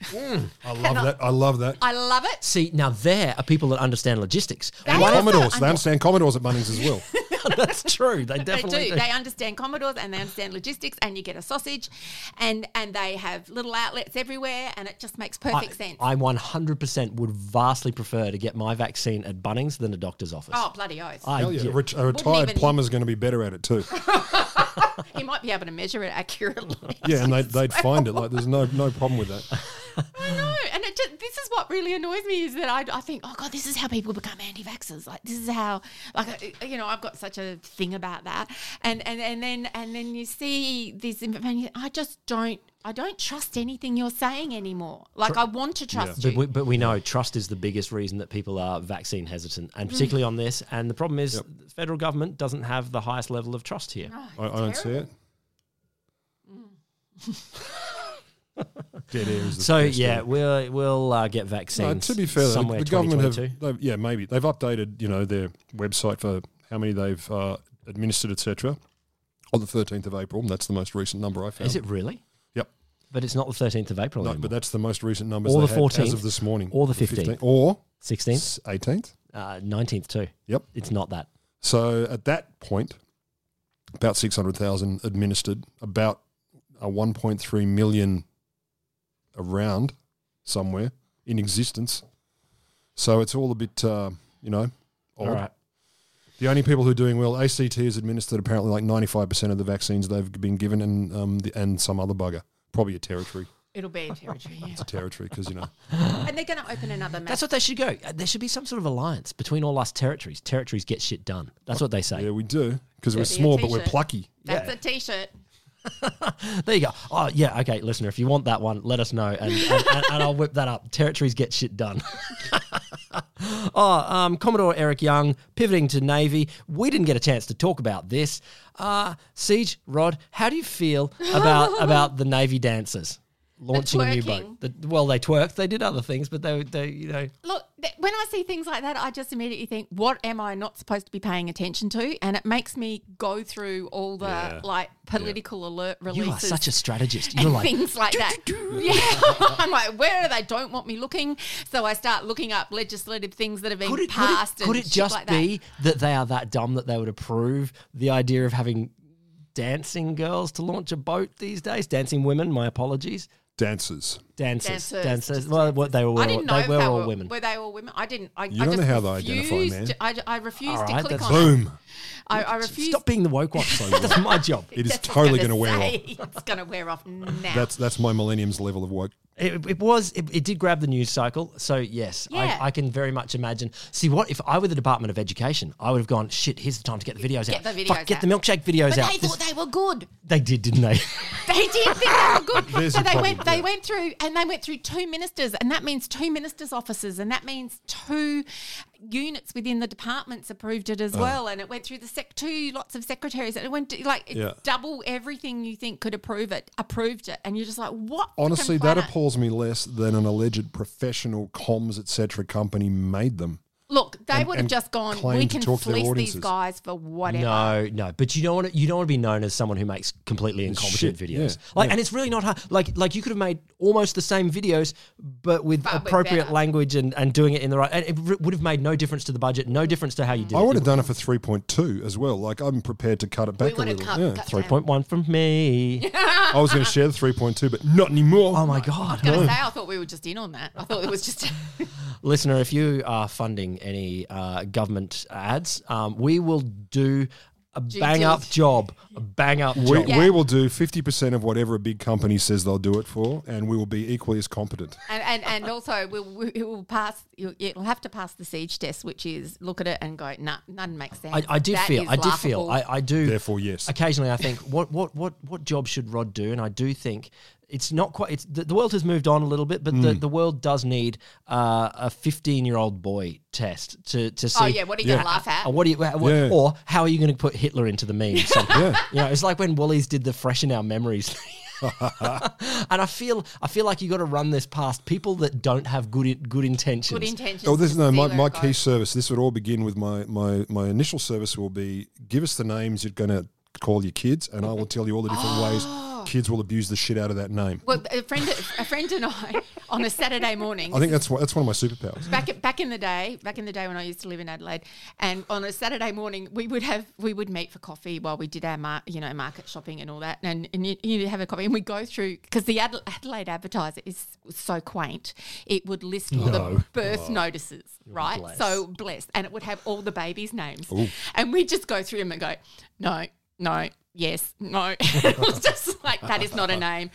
Speaker 11: I love that. I love that.
Speaker 4: I love it.
Speaker 10: See, now there are people that understand logistics.
Speaker 11: And
Speaker 4: Why-
Speaker 11: commodores.
Speaker 4: I'm
Speaker 11: They
Speaker 4: not-
Speaker 11: understand commodores at Bunnings as well.
Speaker 10: that's true. They definitely
Speaker 4: they do.
Speaker 10: do.
Speaker 4: They understand Commodores and they understand logistics, and you get a sausage, and and they have little outlets everywhere, and it just makes perfect sense.
Speaker 10: I, I 100% would vastly prefer to get my vaccine at Bunnings than a doctor's office.
Speaker 4: oh bloody oath!
Speaker 10: I,
Speaker 11: Hell yeah.
Speaker 10: yeah.
Speaker 11: A ret- A retired
Speaker 4: even-
Speaker 11: plumber's going to be better at it too.
Speaker 4: he might be able to measure it accurately.
Speaker 11: Yeah, and they'd, they'd find it. Like there's no no problem with that.
Speaker 4: I know, and it just, this is what really annoys me is that I, I think, oh god, this is how people become anti-vaxxers. Like this is how, like I- you know, I've got such a thing about that, and and and then and then you see this information. I just don't, I don't trust anything you're saying anymore. Like I want to trust
Speaker 10: But
Speaker 4: you.
Speaker 10: we, but we know trust is the biggest reason that people are vaccine hesitant, and particularly on this. And the problem is, the federal government doesn't have the highest level of trust here.
Speaker 11: I, I don't see it. Dead air is
Speaker 10: Mm.
Speaker 11: the
Speaker 10: So
Speaker 11: best
Speaker 10: yeah,
Speaker 11: one.
Speaker 10: we'll we'll uh, get
Speaker 11: No,
Speaker 10: vaccines.
Speaker 11: to be fair, though,
Speaker 10: somewhere
Speaker 11: the, the government
Speaker 10: 2022.
Speaker 11: have they've- yeah maybe they've updated you know their website for how many they've uh, administered etc. On the thirteenth of April, and that's the most recent number I found.
Speaker 10: Is it really?
Speaker 11: Yep.
Speaker 10: But it's not the thirteenth of April
Speaker 11: No,
Speaker 10: anymore.
Speaker 11: but that's the most recent numbers.
Speaker 10: Or
Speaker 11: they
Speaker 10: the
Speaker 11: had
Speaker 10: 14th,
Speaker 11: as of this morning,
Speaker 10: or the 15th.
Speaker 11: or
Speaker 10: Sixteenth, Uh,
Speaker 11: eighteenth.
Speaker 10: nineteenth too.
Speaker 11: Yep.
Speaker 10: It's not that.
Speaker 11: So at that point, about 600,000 administered, about a 1.3 million around somewhere in existence. So it's all a bit, uh, you know, odd.
Speaker 10: All right.
Speaker 11: The only people who are doing well, ACT has administered apparently like 95% of the vaccines they've been given and, um, the, and some other bugger. Probably a territory.
Speaker 4: It'll be a territory, yeah.
Speaker 11: It's a territory because, you know.
Speaker 4: and they're going to open another. Mass.
Speaker 10: That's what they should go. Uh, There should be some sort of alliance between all us territories. Territories get shit done. That's what they say.
Speaker 11: Yeah, we do because we're
Speaker 4: be a
Speaker 11: small, but we're
Speaker 4: t-shirt.
Speaker 11: plucky.
Speaker 4: That's a T-shirt.
Speaker 10: There you go. Oh yeah, okay, listener. If you want that one, let us know, and and, and, and I'll whip that up. Territories get shit done. oh, um, Commodore Eric Young pivoting to Navy. We didn't get a chance to talk about this. Uh, Siege Rod, how do you feel about about the Navy dancers launching a new
Speaker 4: twerking.
Speaker 10: boat? The- well, they twerked. They did other things, but they they you know
Speaker 4: Look, th- when I see things like that, I just immediately think, what am I not supposed to be paying attention to? And it makes me go through all the like political alert
Speaker 10: you
Speaker 4: releases.
Speaker 10: are such a strategist. You're
Speaker 4: and
Speaker 10: like
Speaker 4: things like that. Yeah, I'm like, where they don't want me looking, so I start looking up legislative things that have been
Speaker 10: could it, could it-
Speaker 4: passed.
Speaker 10: could
Speaker 4: and
Speaker 10: it
Speaker 4: shit
Speaker 10: just
Speaker 4: like that.
Speaker 10: be that they are that dumb that they would approve the idea of having dancing girls to launch a boat these days? Dancing women, my apologies.
Speaker 11: Dancers.
Speaker 10: Dancers, dancers.
Speaker 4: Dancers, just
Speaker 10: Well, what they were,
Speaker 4: I didn't know
Speaker 10: they
Speaker 4: if
Speaker 10: were
Speaker 4: they
Speaker 10: all
Speaker 4: were,
Speaker 10: women.
Speaker 4: Were they all women? I didn't. I, I
Speaker 11: don't
Speaker 4: just
Speaker 11: know how they identify,
Speaker 4: refused
Speaker 11: man.
Speaker 4: to- I, I refused
Speaker 10: All
Speaker 4: to
Speaker 10: right,
Speaker 4: click
Speaker 10: that's
Speaker 4: on it.
Speaker 11: Boom.
Speaker 4: I, I refused.
Speaker 10: Stop being the woke one. That's my job.
Speaker 11: It is
Speaker 4: That's what I'm
Speaker 11: totally going
Speaker 4: gonna
Speaker 11: to wear off.
Speaker 4: say. It's going to wear off now.
Speaker 11: That's that's my millennium's level of woke.
Speaker 10: It, it was. It, it did grab the news cycle. So yes,
Speaker 4: Yeah.
Speaker 10: I, I can very much imagine. See, what if I were the Department of Education? I would have gone. Shit, here's the time to get the videos
Speaker 4: Get
Speaker 10: out.
Speaker 4: the
Speaker 10: Fuck,
Speaker 4: videos
Speaker 10: get the
Speaker 4: out."
Speaker 10: milkshake videos
Speaker 4: but
Speaker 10: out.
Speaker 4: they
Speaker 10: This-
Speaker 4: thought they were good.
Speaker 10: they did, didn't they?
Speaker 4: They did think they were good.
Speaker 11: There's
Speaker 4: so
Speaker 11: your
Speaker 4: they
Speaker 11: problem,
Speaker 4: went. They
Speaker 11: yeah.
Speaker 4: went through, and they went through two ministers, and that means two ministers' offices, and that means two units within the departments approved it
Speaker 11: Oh.
Speaker 4: as well, and it went through the sec two lots of secretaries, and it went to, like it
Speaker 11: Yeah.
Speaker 4: double everything you think could approve it approved it, and you're just like, what? the
Speaker 11: Honestly, that
Speaker 4: planet?
Speaker 11: appalls me less than an alleged professional comms etc. company made them.
Speaker 4: Look, they
Speaker 11: and-
Speaker 4: would have
Speaker 11: and
Speaker 4: just gone.
Speaker 11: claim
Speaker 4: We
Speaker 11: to
Speaker 4: can
Speaker 11: talk to their
Speaker 4: fleece these
Speaker 11: audiences."
Speaker 4: guys for whatever.
Speaker 10: No, no, but you don't want to, you don't want to be known as someone who makes completely incompetent
Speaker 11: Shit,
Speaker 10: videos.
Speaker 11: yeah,
Speaker 10: like,
Speaker 11: yeah.
Speaker 10: and it's really not hard. Like, like you could have made almost the same videos, but with
Speaker 4: But with
Speaker 10: appropriate
Speaker 4: better.
Speaker 10: language and, and doing it in the right. And it r- would have made no difference to the budget, no difference to how you did
Speaker 11: I
Speaker 10: it.
Speaker 11: would have done it for three point two as well. Like I'm prepared to cut it back a
Speaker 4: would have
Speaker 11: little.
Speaker 4: cut-
Speaker 11: yeah.
Speaker 4: cut
Speaker 10: Three point one from me.
Speaker 11: I was going to share the three point two, but not anymore.
Speaker 10: Oh my god,
Speaker 4: I was gonna say, I thought we were just in on that. I thought it was just.
Speaker 10: listener, if you are funding any uh, government ads, um, we will do a bang up job, a bang up
Speaker 11: We,
Speaker 10: job.
Speaker 11: we will do 50% of whatever a big company says they'll do it for, and we will be equally as competent.
Speaker 4: and, and, and also we'll, we- it will pass. You'll, it'll have to pass the siege test, which is look at it and go, nah, none makes sense.
Speaker 10: I, I did
Speaker 4: That
Speaker 10: feel.
Speaker 4: is
Speaker 10: I did feel.
Speaker 4: laughable."
Speaker 10: I, I do.
Speaker 11: Therefore, yes.
Speaker 10: Occasionally, I think, what, what, what, what job should Rod do? And I do think it's not quite. It's the, the world has moved on a little bit, but
Speaker 11: Mm.
Speaker 10: the, the world does need uh, a fifteen-year-old boy test to to see.
Speaker 4: oh yeah, what are you gonna laugh at?
Speaker 10: Uh, what do you? What,
Speaker 11: Yeah.
Speaker 10: Or how are you going to put Hitler into the meme?
Speaker 11: Yeah.
Speaker 10: You know, it's like when Woolies did the freshen our memories thing. and I feel I feel like you got to run this past people that don't have good in- good intentions.
Speaker 4: Good intentions.
Speaker 11: Oh, this
Speaker 4: to
Speaker 11: no.
Speaker 4: see
Speaker 11: My,
Speaker 4: where
Speaker 11: my
Speaker 4: it
Speaker 11: key
Speaker 4: goes.
Speaker 11: service. This would all begin with my my my initial service will be give us the names you're going to call your kids, and I will tell you all the different ways kids will abuse the shit out of that name.
Speaker 4: Well, a friend, a friend and I on a Saturday morning.
Speaker 11: I think that's wha- that's one of my superpowers.
Speaker 4: back back in the day, back in the day when I used to live in Adelaide, and on a Saturday morning we would have we would meet for coffee while we did our mar- you know market shopping and all that, and and you, you'd have a coffee and we would go through because the Adela- Adelaide Advertiser is so quaint, it would list all the birth notices, right? So Oh. blessed, and it would have all the babies' names, and we just go through them and go, no, no. Yes, no. it was just like that is not a name.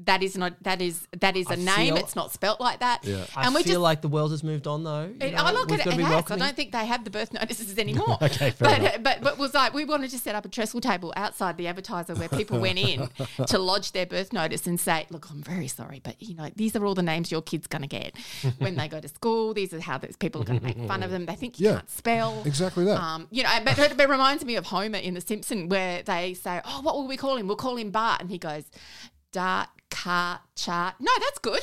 Speaker 4: That is not that is that is a name.
Speaker 10: feel-
Speaker 4: it's not spelt like that. Yeah.
Speaker 10: I feel like the world has moved on though. you
Speaker 4: It,
Speaker 10: know,
Speaker 4: I look
Speaker 10: we've
Speaker 4: at it, it
Speaker 10: gotta be
Speaker 4: has. I
Speaker 10: welcoming.
Speaker 4: don't think they have the birth notices anymore.
Speaker 10: Okay, fair
Speaker 4: but,
Speaker 10: enough.
Speaker 4: uh, but but it was like we wanted to set up a trestle table outside the advertiser where people went in to lodge their birth notice and say, "Look, I'm very sorry, but you know these are all the names your kid's going to get when they go to school. These are how those people are going to make fun of them. They think you
Speaker 11: Yeah,
Speaker 4: can't spell
Speaker 11: exactly that.
Speaker 4: Um, you know, but it, it reminds me of Homer in The Simpson where they say, "Oh, what will we call him? We'll call him Bart," and he goes, "Dart." Car chart. No, that's good.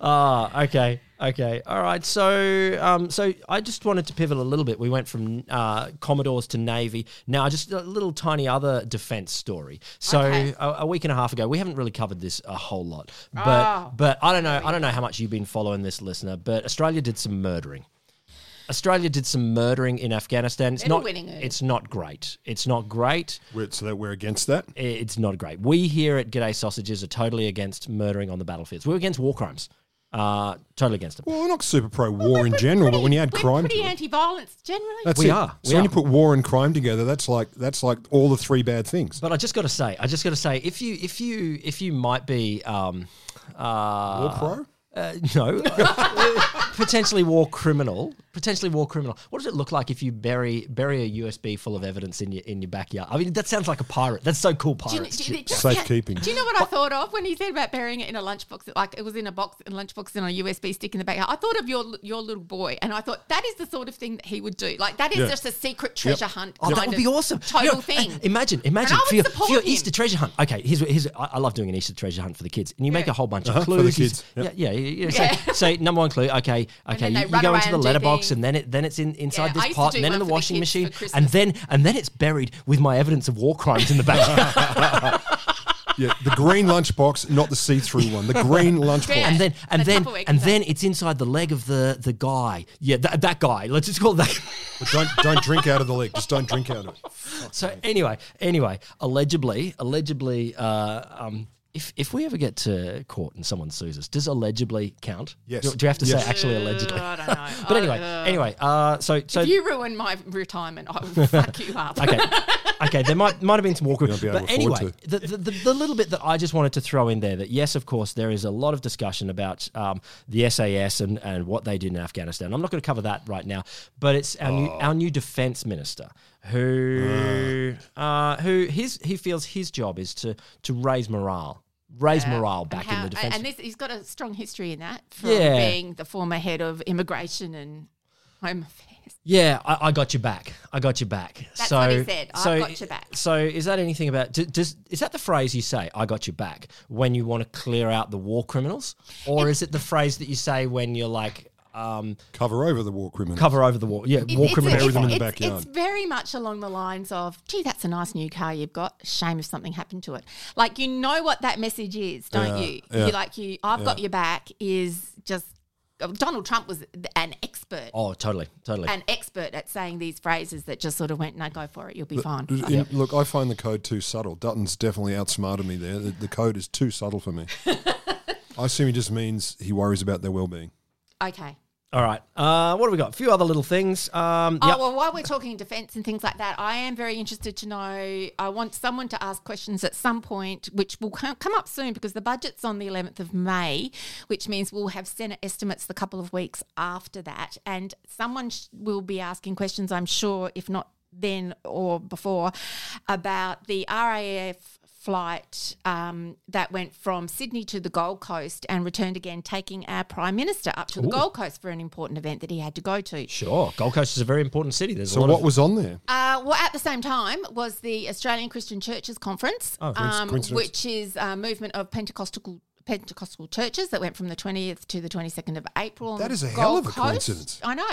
Speaker 10: Ah, okay, okay, all right. So, um, so I just wanted to pivot a little bit. We went from uh, Commodores to Navy. Now, just a little tiny other defense story. So,
Speaker 4: Okay.
Speaker 10: a, a week and a half ago, we haven't really covered this a whole lot, but
Speaker 4: Ah.
Speaker 10: but I don't know, I don't know how much you've been following this, listener. But Australia did some murdering. Australia did some murdering in Afghanistan. It's
Speaker 4: Little
Speaker 10: not.
Speaker 4: winning it.
Speaker 10: It's not great. It's not great
Speaker 11: We're- so that we're against that.
Speaker 10: it's not great. We here at G'day Sausages are totally against murdering on the battlefields. We're against war crimes. Uh, totally against them.
Speaker 11: Well, we're not super pro war in general, but when you add
Speaker 4: we're
Speaker 11: crime, to
Speaker 4: pretty
Speaker 11: it,
Speaker 4: anti-violence generally.
Speaker 11: that's
Speaker 10: We
Speaker 11: it.
Speaker 10: are,
Speaker 11: So
Speaker 10: we
Speaker 11: when you
Speaker 10: are.
Speaker 11: put war and crime together, that's like that's like all the three bad things.
Speaker 10: But I just got to say, I just got to say, if you, if you, if you might be, um, uh,
Speaker 11: War pro.
Speaker 10: uh, no, potentially war criminal, potentially war criminal. What does it look like if you bury bury a USB full of evidence in your in your backyard? I mean, that sounds like a pirate. That's so cool,
Speaker 4: Do you,
Speaker 10: pirates.
Speaker 4: do you- do you-
Speaker 11: Safekeeping.
Speaker 4: Do you know what I thought of when you said about burying it in a lunchbox? Like it was in a box, in a lunchbox, and a USB stick in the backyard. I thought of your your little boy, and I thought that is the sort of thing that he would do. Like that is
Speaker 11: Yeah.
Speaker 4: just a secret treasure hunt.
Speaker 10: Oh, that
Speaker 4: kind
Speaker 10: would
Speaker 4: of
Speaker 10: be awesome.
Speaker 4: Total
Speaker 10: You know,
Speaker 4: thing.
Speaker 10: uh, Imagine, imagine
Speaker 4: And I would
Speaker 10: for your,
Speaker 4: support
Speaker 10: for your
Speaker 4: him.
Speaker 10: Easter treasure hunt. Okay, here's what here's. I, I love doing an Easter treasure hunt for the kids, and you make
Speaker 4: Yeah.
Speaker 10: a whole bunch
Speaker 11: Uh-huh,
Speaker 10: of
Speaker 11: for
Speaker 10: clues.
Speaker 11: the kids.
Speaker 10: Yeah,
Speaker 11: Yep.
Speaker 10: yeah. yeah, yeah. So, so number one clue. Okay, okay.
Speaker 4: then
Speaker 10: You,
Speaker 4: they
Speaker 10: you
Speaker 4: run
Speaker 10: go
Speaker 4: away
Speaker 10: into the
Speaker 4: and do
Speaker 10: letterbox,
Speaker 4: things.
Speaker 10: and then it then it's in inside
Speaker 4: Yeah, I
Speaker 10: this
Speaker 4: used to
Speaker 10: pot,
Speaker 4: do
Speaker 10: and then
Speaker 4: one
Speaker 10: in the
Speaker 4: for the
Speaker 10: washing
Speaker 4: kids for
Speaker 10: machine, and
Speaker 4: Christmas.
Speaker 10: then and then it's buried with my evidence of war crimes in the back,
Speaker 11: Yeah, the green lunchbox, not the see-through one. The green lunchbox.
Speaker 4: Yeah.
Speaker 10: and then and
Speaker 4: The
Speaker 10: then
Speaker 4: Tupperware
Speaker 10: and
Speaker 4: comes
Speaker 10: then it's inside the leg of the the guy. Yeah, that, that guy. Let's just call it that.
Speaker 11: But don't don't drink out of the leg. Just don't drink out of it.
Speaker 10: So anyway, anyway, allegedly, allegedly, uh, um, if if we ever get to court and someone sues us, does allegedly count?
Speaker 11: Yes.
Speaker 10: Do, do you have to
Speaker 11: Yes.
Speaker 10: say actually allegedly?
Speaker 4: I don't know.
Speaker 10: But anyway, anyway, uh, so so
Speaker 4: if you ruin my retirement, I will fuck you up.
Speaker 10: okay, okay, there might might have been some walk
Speaker 11: You won't be able
Speaker 10: but
Speaker 11: to afford
Speaker 10: anyway, the, the, the, the little bit that I just wanted to throw in there that yes, of course, there is a lot of discussion about um, the SAS and, and what they did in Afghanistan. I'm not going to cover that right now, but it's our new
Speaker 11: Oh.
Speaker 10: our new defense minister who uh, who his he feels his job is to to raise morale raise morale back
Speaker 4: How-
Speaker 10: in the defence.
Speaker 4: And this, he's got a strong history in that from
Speaker 10: Yeah.
Speaker 4: being the former head of immigration and home affairs.
Speaker 10: yeah, I, I got your back. I got your back.
Speaker 4: That's
Speaker 10: so,
Speaker 4: what he said. I
Speaker 10: so-
Speaker 4: got your back.
Speaker 10: So is that anything about? d- Does is that the phrase you say? I got your back when you want to clear out the war criminals, or is it the phrase that you say when you're like um,
Speaker 11: Cover over the war criminal.
Speaker 10: cover over the war? Yeah,
Speaker 4: It-
Speaker 10: war
Speaker 4: it's a-
Speaker 10: criminals.
Speaker 11: Bury them in
Speaker 4: it's-
Speaker 11: the
Speaker 4: it's-
Speaker 11: backyard.
Speaker 4: It's very much along the lines of, gee, that's a nice new car you've got. Shame if something happened to it. Like, you know what that message is, don't
Speaker 11: Yeah,
Speaker 4: you?
Speaker 11: yeah,
Speaker 4: You're like, you, I've got your back is just, Donald Trump was an expert.
Speaker 10: oh, totally, totally.
Speaker 4: An expert at saying these phrases that just sort of went, no, go for it, you'll be fine.
Speaker 11: In- Look, I find the code too subtle. Dutton's definitely outsmarted me there. The, the code is too subtle for me. I assume he just means he worries about their well-being.
Speaker 4: Okay.
Speaker 10: All right. Uh, what do we got? A few other little things. Um, yep.
Speaker 4: Oh, well, while we're talking defence and things like that, I am very interested to know. I want someone to ask questions at some point, which will co- come up soon because the budget's on the 11th of May, which means we'll have Senate estimates the couple of weeks after that. And someone sh- will be asking questions, I'm sure, if not then or before, about the RAF flight um, that went from Sydney to the Gold Coast and returned again, taking our Prime Minister up to the Gold Coast for an important event that he had to go to.
Speaker 10: Sure, Gold Coast is a very important city. There's
Speaker 11: So
Speaker 10: a lot
Speaker 11: what
Speaker 10: of,
Speaker 11: was on there?
Speaker 4: Uh, well, at the same time was the Australian Christian Churches Conference, um,
Speaker 11: Oh, coincidence.
Speaker 4: which is a movement of Pentecostal Pentecostal churches that went from the 20th to the 22nd of April. on
Speaker 11: That
Speaker 4: the
Speaker 11: is a hell
Speaker 4: Gold
Speaker 11: of a
Speaker 4: Coast.
Speaker 11: coincidence.
Speaker 4: I know.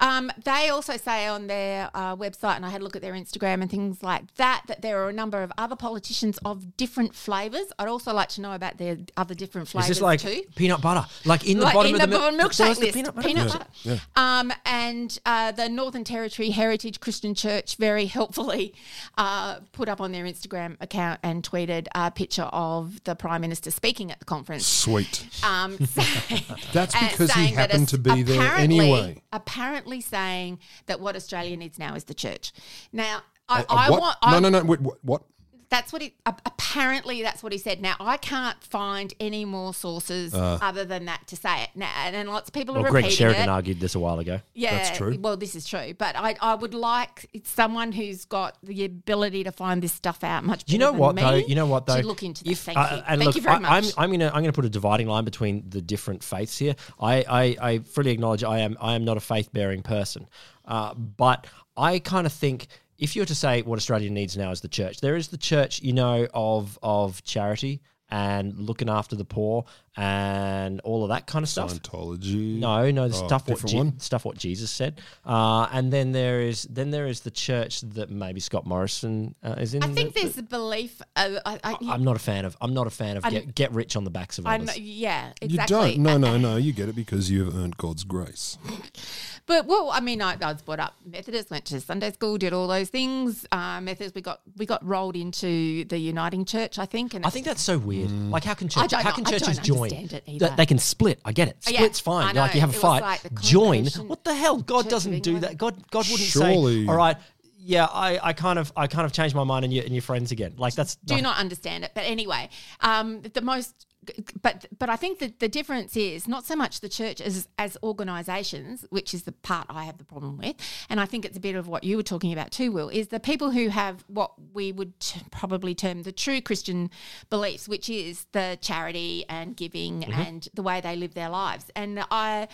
Speaker 4: Um, they also say on their uh, website, and I had a look at their Instagram and things like that, that there are a number of other politicians of different flavours. I'd also like to know about their other different
Speaker 10: is
Speaker 4: flavours
Speaker 10: this like
Speaker 4: too
Speaker 10: peanut butter, like in the
Speaker 4: like
Speaker 10: bottom
Speaker 4: in
Speaker 10: of the,
Speaker 4: the,
Speaker 10: mil-
Speaker 4: bu- milkshake
Speaker 10: there's the
Speaker 4: list,
Speaker 10: peanut
Speaker 4: peanut
Speaker 10: butter.
Speaker 4: butter. Um, and uh, the Northern Territory Heritage Christian Church very helpfully uh, put up on their Instagram account and tweeted a picture of the Prime Minister speaking at the conference.
Speaker 11: Sweet.
Speaker 4: Um, saying-
Speaker 11: That's
Speaker 4: and
Speaker 11: because he
Speaker 4: saying that
Speaker 11: happened
Speaker 4: it's-
Speaker 11: to be there
Speaker 4: apparently-
Speaker 11: anyway.
Speaker 4: Apparently, saying that what Australia needs now is the church. Now, I,
Speaker 11: A- a
Speaker 4: I
Speaker 11: Uh, Oh, what?
Speaker 4: want.
Speaker 11: no,
Speaker 4: I,
Speaker 11: no, no. Wait, what? what?
Speaker 4: that's what he a- apparently that's what he said. Now I can't find any more sources other than that to say it. Now, and, and lots of people
Speaker 10: Well,
Speaker 4: are
Speaker 10: Greg
Speaker 4: repeating
Speaker 10: Sheridan
Speaker 4: it.
Speaker 10: argued this a while ago.
Speaker 4: Yeah,
Speaker 11: That's true.
Speaker 4: Well, this is true, but I I would like it's someone who's got the ability to find this stuff out much. Better
Speaker 10: You know
Speaker 4: than
Speaker 10: what
Speaker 4: me
Speaker 10: though? You know what though?
Speaker 4: To look into this. Thank
Speaker 10: uh,
Speaker 4: you.
Speaker 10: And
Speaker 4: Thank
Speaker 10: look,
Speaker 4: you very
Speaker 10: I,
Speaker 4: much.
Speaker 10: I'm, I'm gonna I'm gonna put a dividing line between the different faiths here. I I, I fully acknowledge I am I am not a faith bearing person, uh, but I kind of think. If you're to say what Australia needs now is the church, there is the church, you know, of of charity and looking after the poor and all of that kind of stuff.
Speaker 11: Ontology.
Speaker 10: No, no, the stuff what
Speaker 11: Oh, different
Speaker 10: Je-
Speaker 11: one?
Speaker 10: stuff what Jesus said, uh, and then there is then there is the church that maybe Scott Morrison uh, is in.
Speaker 4: I think
Speaker 10: the-
Speaker 4: there's a belief. Uh, I, I,
Speaker 10: I'm not a fan of. I'm not a fan of get, get rich on the backs of
Speaker 4: I'm
Speaker 10: others.
Speaker 4: not- yeah,
Speaker 11: You
Speaker 4: exactly.
Speaker 11: don't. No, no, no. You get it because you've earned God's grace.
Speaker 4: But well, I mean, I, I was brought up Methodist, went to Sunday school, did all those things. Uh, Methodist, we got we got rolled into the Uniting Church, I think. And
Speaker 10: I think that's so weird. Like, how can
Speaker 4: I
Speaker 10: church,
Speaker 4: don't
Speaker 10: how
Speaker 4: know-
Speaker 10: can
Speaker 4: I don't
Speaker 10: churches join?
Speaker 4: understand it
Speaker 10: Th-
Speaker 4: either. Oh,
Speaker 10: They can split. I get it.
Speaker 4: Yeah,
Speaker 10: Split's
Speaker 4: I
Speaker 10: fine.
Speaker 4: know.
Speaker 10: Like you have a
Speaker 4: It was
Speaker 10: fight,
Speaker 4: like the
Speaker 10: join.
Speaker 4: Congregation
Speaker 10: What the hell? God
Speaker 4: Church of
Speaker 10: doesn't do
Speaker 4: England.
Speaker 10: that. God, God wouldn't
Speaker 11: Surely-
Speaker 10: say. All right, yeah, I, I kind of, I kind of changed my mind, and you and you're friends again. Like that's
Speaker 4: do not understand it. But anyway, um, the most, but but I think that the difference is not so much the church as as organisations, which is the part I have the problem with, and I think it's a bit of what you were talking about too, Will, is the people who have what we would t- probably term the true Christian beliefs, which is the charity and giving
Speaker 10: Mm-hmm.
Speaker 4: and the way they live their lives, and I.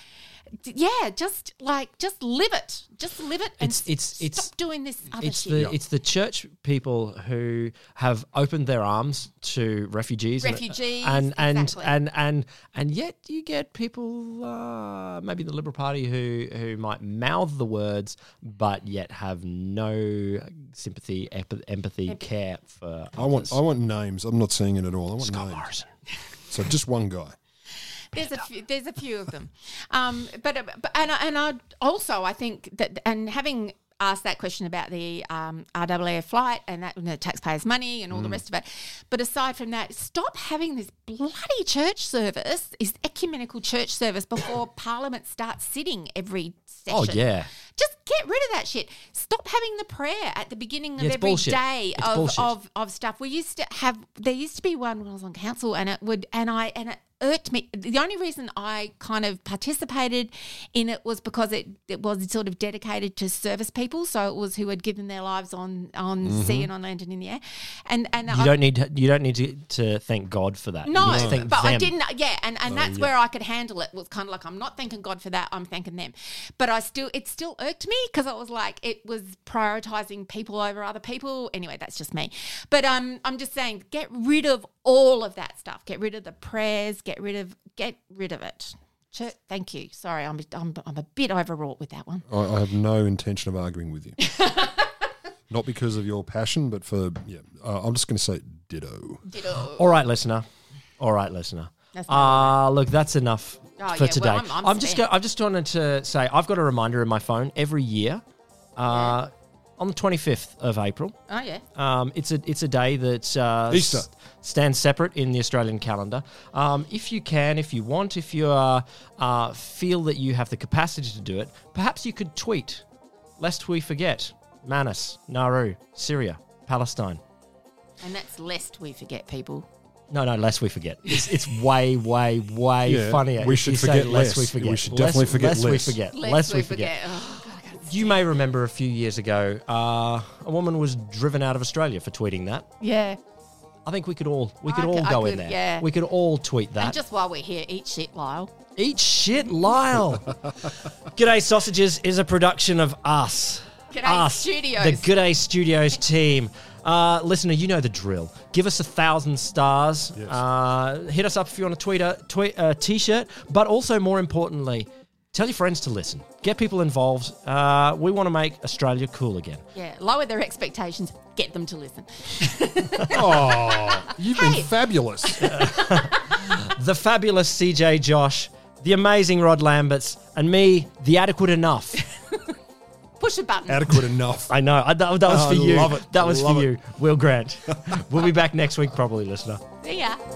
Speaker 4: d- Yeah, just like just live it, just live it, and
Speaker 10: It's-
Speaker 4: s-
Speaker 10: it's-
Speaker 4: stop
Speaker 10: it's-
Speaker 4: doing this other
Speaker 10: it's
Speaker 4: shit.
Speaker 10: the it's the church people who have opened their arms to refugees, and-
Speaker 4: Refugees,
Speaker 10: and and
Speaker 4: exactly.
Speaker 10: and, and and yet you get people, uh, maybe the Liberal Party, who who might mouth the words but yet have no sympathy, ep- empathy, care for.
Speaker 11: I want. I want names. I'm not seeing it at all. I want
Speaker 10: Scott
Speaker 11: names.
Speaker 10: Morrison.
Speaker 11: So just one guy.
Speaker 4: There's a few, there's a few of them, um, but, but and I- and I also I think that and having asked that question about the um, RAAF flight and that and the taxpayers' money and all
Speaker 10: Mm.
Speaker 4: the rest of it, but aside from that, stop having this bloody church service, this ecumenical church service before Parliament starts sitting every session.
Speaker 10: Oh yeah,
Speaker 4: Just get rid of that shit. Stop having the prayer at the beginning of
Speaker 10: Yeah, it's
Speaker 4: every day
Speaker 10: bullshit. It's
Speaker 4: of,
Speaker 10: bullshit.
Speaker 4: of of stuff. We used to have there used to be one when I was on council, and it would and I and it irked me. The only reason I kind of participated in it was because it it was sort of dedicated to service people, so it was who had given their lives on on sea and on land and in the air, and and
Speaker 10: Mm-hmm. You
Speaker 4: I,
Speaker 10: don't need to, you don't need to, to thank God for that. You
Speaker 4: no,
Speaker 10: need to thank
Speaker 4: but I
Speaker 10: them. Oh,
Speaker 4: didn't. Yeah, and, and that's where I could handle it. Was kind of like I'm not thanking God for that. I'm thanking them, but I still it still irked me because I was like it was prioritizing people over other people. Anyway, that's just me. But um, I'm just saying, get rid of all of that stuff. Get rid of the prayers. Get rid of get rid of it. Church, thank you. Sorry, I'm I'm I'm a bit overwrought with that one.
Speaker 11: I, I have no intention of arguing with you. Not because of your passion, but for yeah. Uh, I'm just going to say ditto.
Speaker 10: All right, listener. All right, listener.
Speaker 4: That's
Speaker 10: Ah, look, that's enough
Speaker 4: Oh, yeah,
Speaker 10: for
Speaker 4: well,
Speaker 10: today.
Speaker 4: I'm- I'm
Speaker 10: just go,
Speaker 4: spent.
Speaker 10: I'm just wanted to say I've got a reminder in my phone every year. Uh, On the 25th of April,
Speaker 4: Oh yeah,
Speaker 10: um, it's a it's a day that uh,
Speaker 11: Easter.
Speaker 10: stands separate in the Australian calendar. Um, if you can, if you want, if you uh, uh, feel that you have the capacity to do it, perhaps you could tweet, lest we forget Manus, Nauru, Syria, Palestine.
Speaker 4: and that's lest we forget people.
Speaker 10: No, no, lest we forget. It's, it's way, way, way
Speaker 11: Yeah,
Speaker 10: funnier.
Speaker 11: we
Speaker 10: if
Speaker 11: should
Speaker 10: you say
Speaker 11: forget
Speaker 10: lest we
Speaker 11: less.
Speaker 10: forget.
Speaker 11: We should definitely forget
Speaker 10: lest we
Speaker 11: less.
Speaker 10: forget.
Speaker 4: Lest,
Speaker 10: Lest we forget.
Speaker 4: Oh, God, I can't-
Speaker 10: You may remember a few years ago, uh, a woman was driven out of Australia for tweeting that.
Speaker 4: yeah.
Speaker 10: I think we could all we
Speaker 4: I
Speaker 10: could all
Speaker 4: could- I
Speaker 10: go in
Speaker 4: could,
Speaker 10: there.
Speaker 4: yeah.
Speaker 10: We could all tweet that.
Speaker 4: And just while we're here, eat shit, Lyle.
Speaker 10: Eat shit, Lyle. G'day Sausages is a production of us.
Speaker 4: G'day
Speaker 10: us,
Speaker 4: Studios.
Speaker 10: The G'day Studios team. Uh, listener, you know the drill. Give us a thousand stars. Uh, hit us up if you want a tweeter, tweet, uh, t-shirt. But also, more importantly, tell your friends to listen. Get people involved. Uh, we want to make Australia cool again.
Speaker 4: Yeah, lower their expectations, get them to listen.
Speaker 11: Oh, you've
Speaker 4: Hey.
Speaker 11: been fabulous.
Speaker 10: the fabulous CJ Josh, the amazing Rod Lamberts, and me, the adequate enough.
Speaker 4: Push a button.
Speaker 11: Adequate enough.
Speaker 10: I know. I, that, that was for
Speaker 11: Oh, I
Speaker 10: you.
Speaker 11: love it.
Speaker 10: That was
Speaker 11: Love
Speaker 10: for
Speaker 11: it.
Speaker 10: you, Will Grant. we'll be back next week, probably, listener.
Speaker 4: See ya.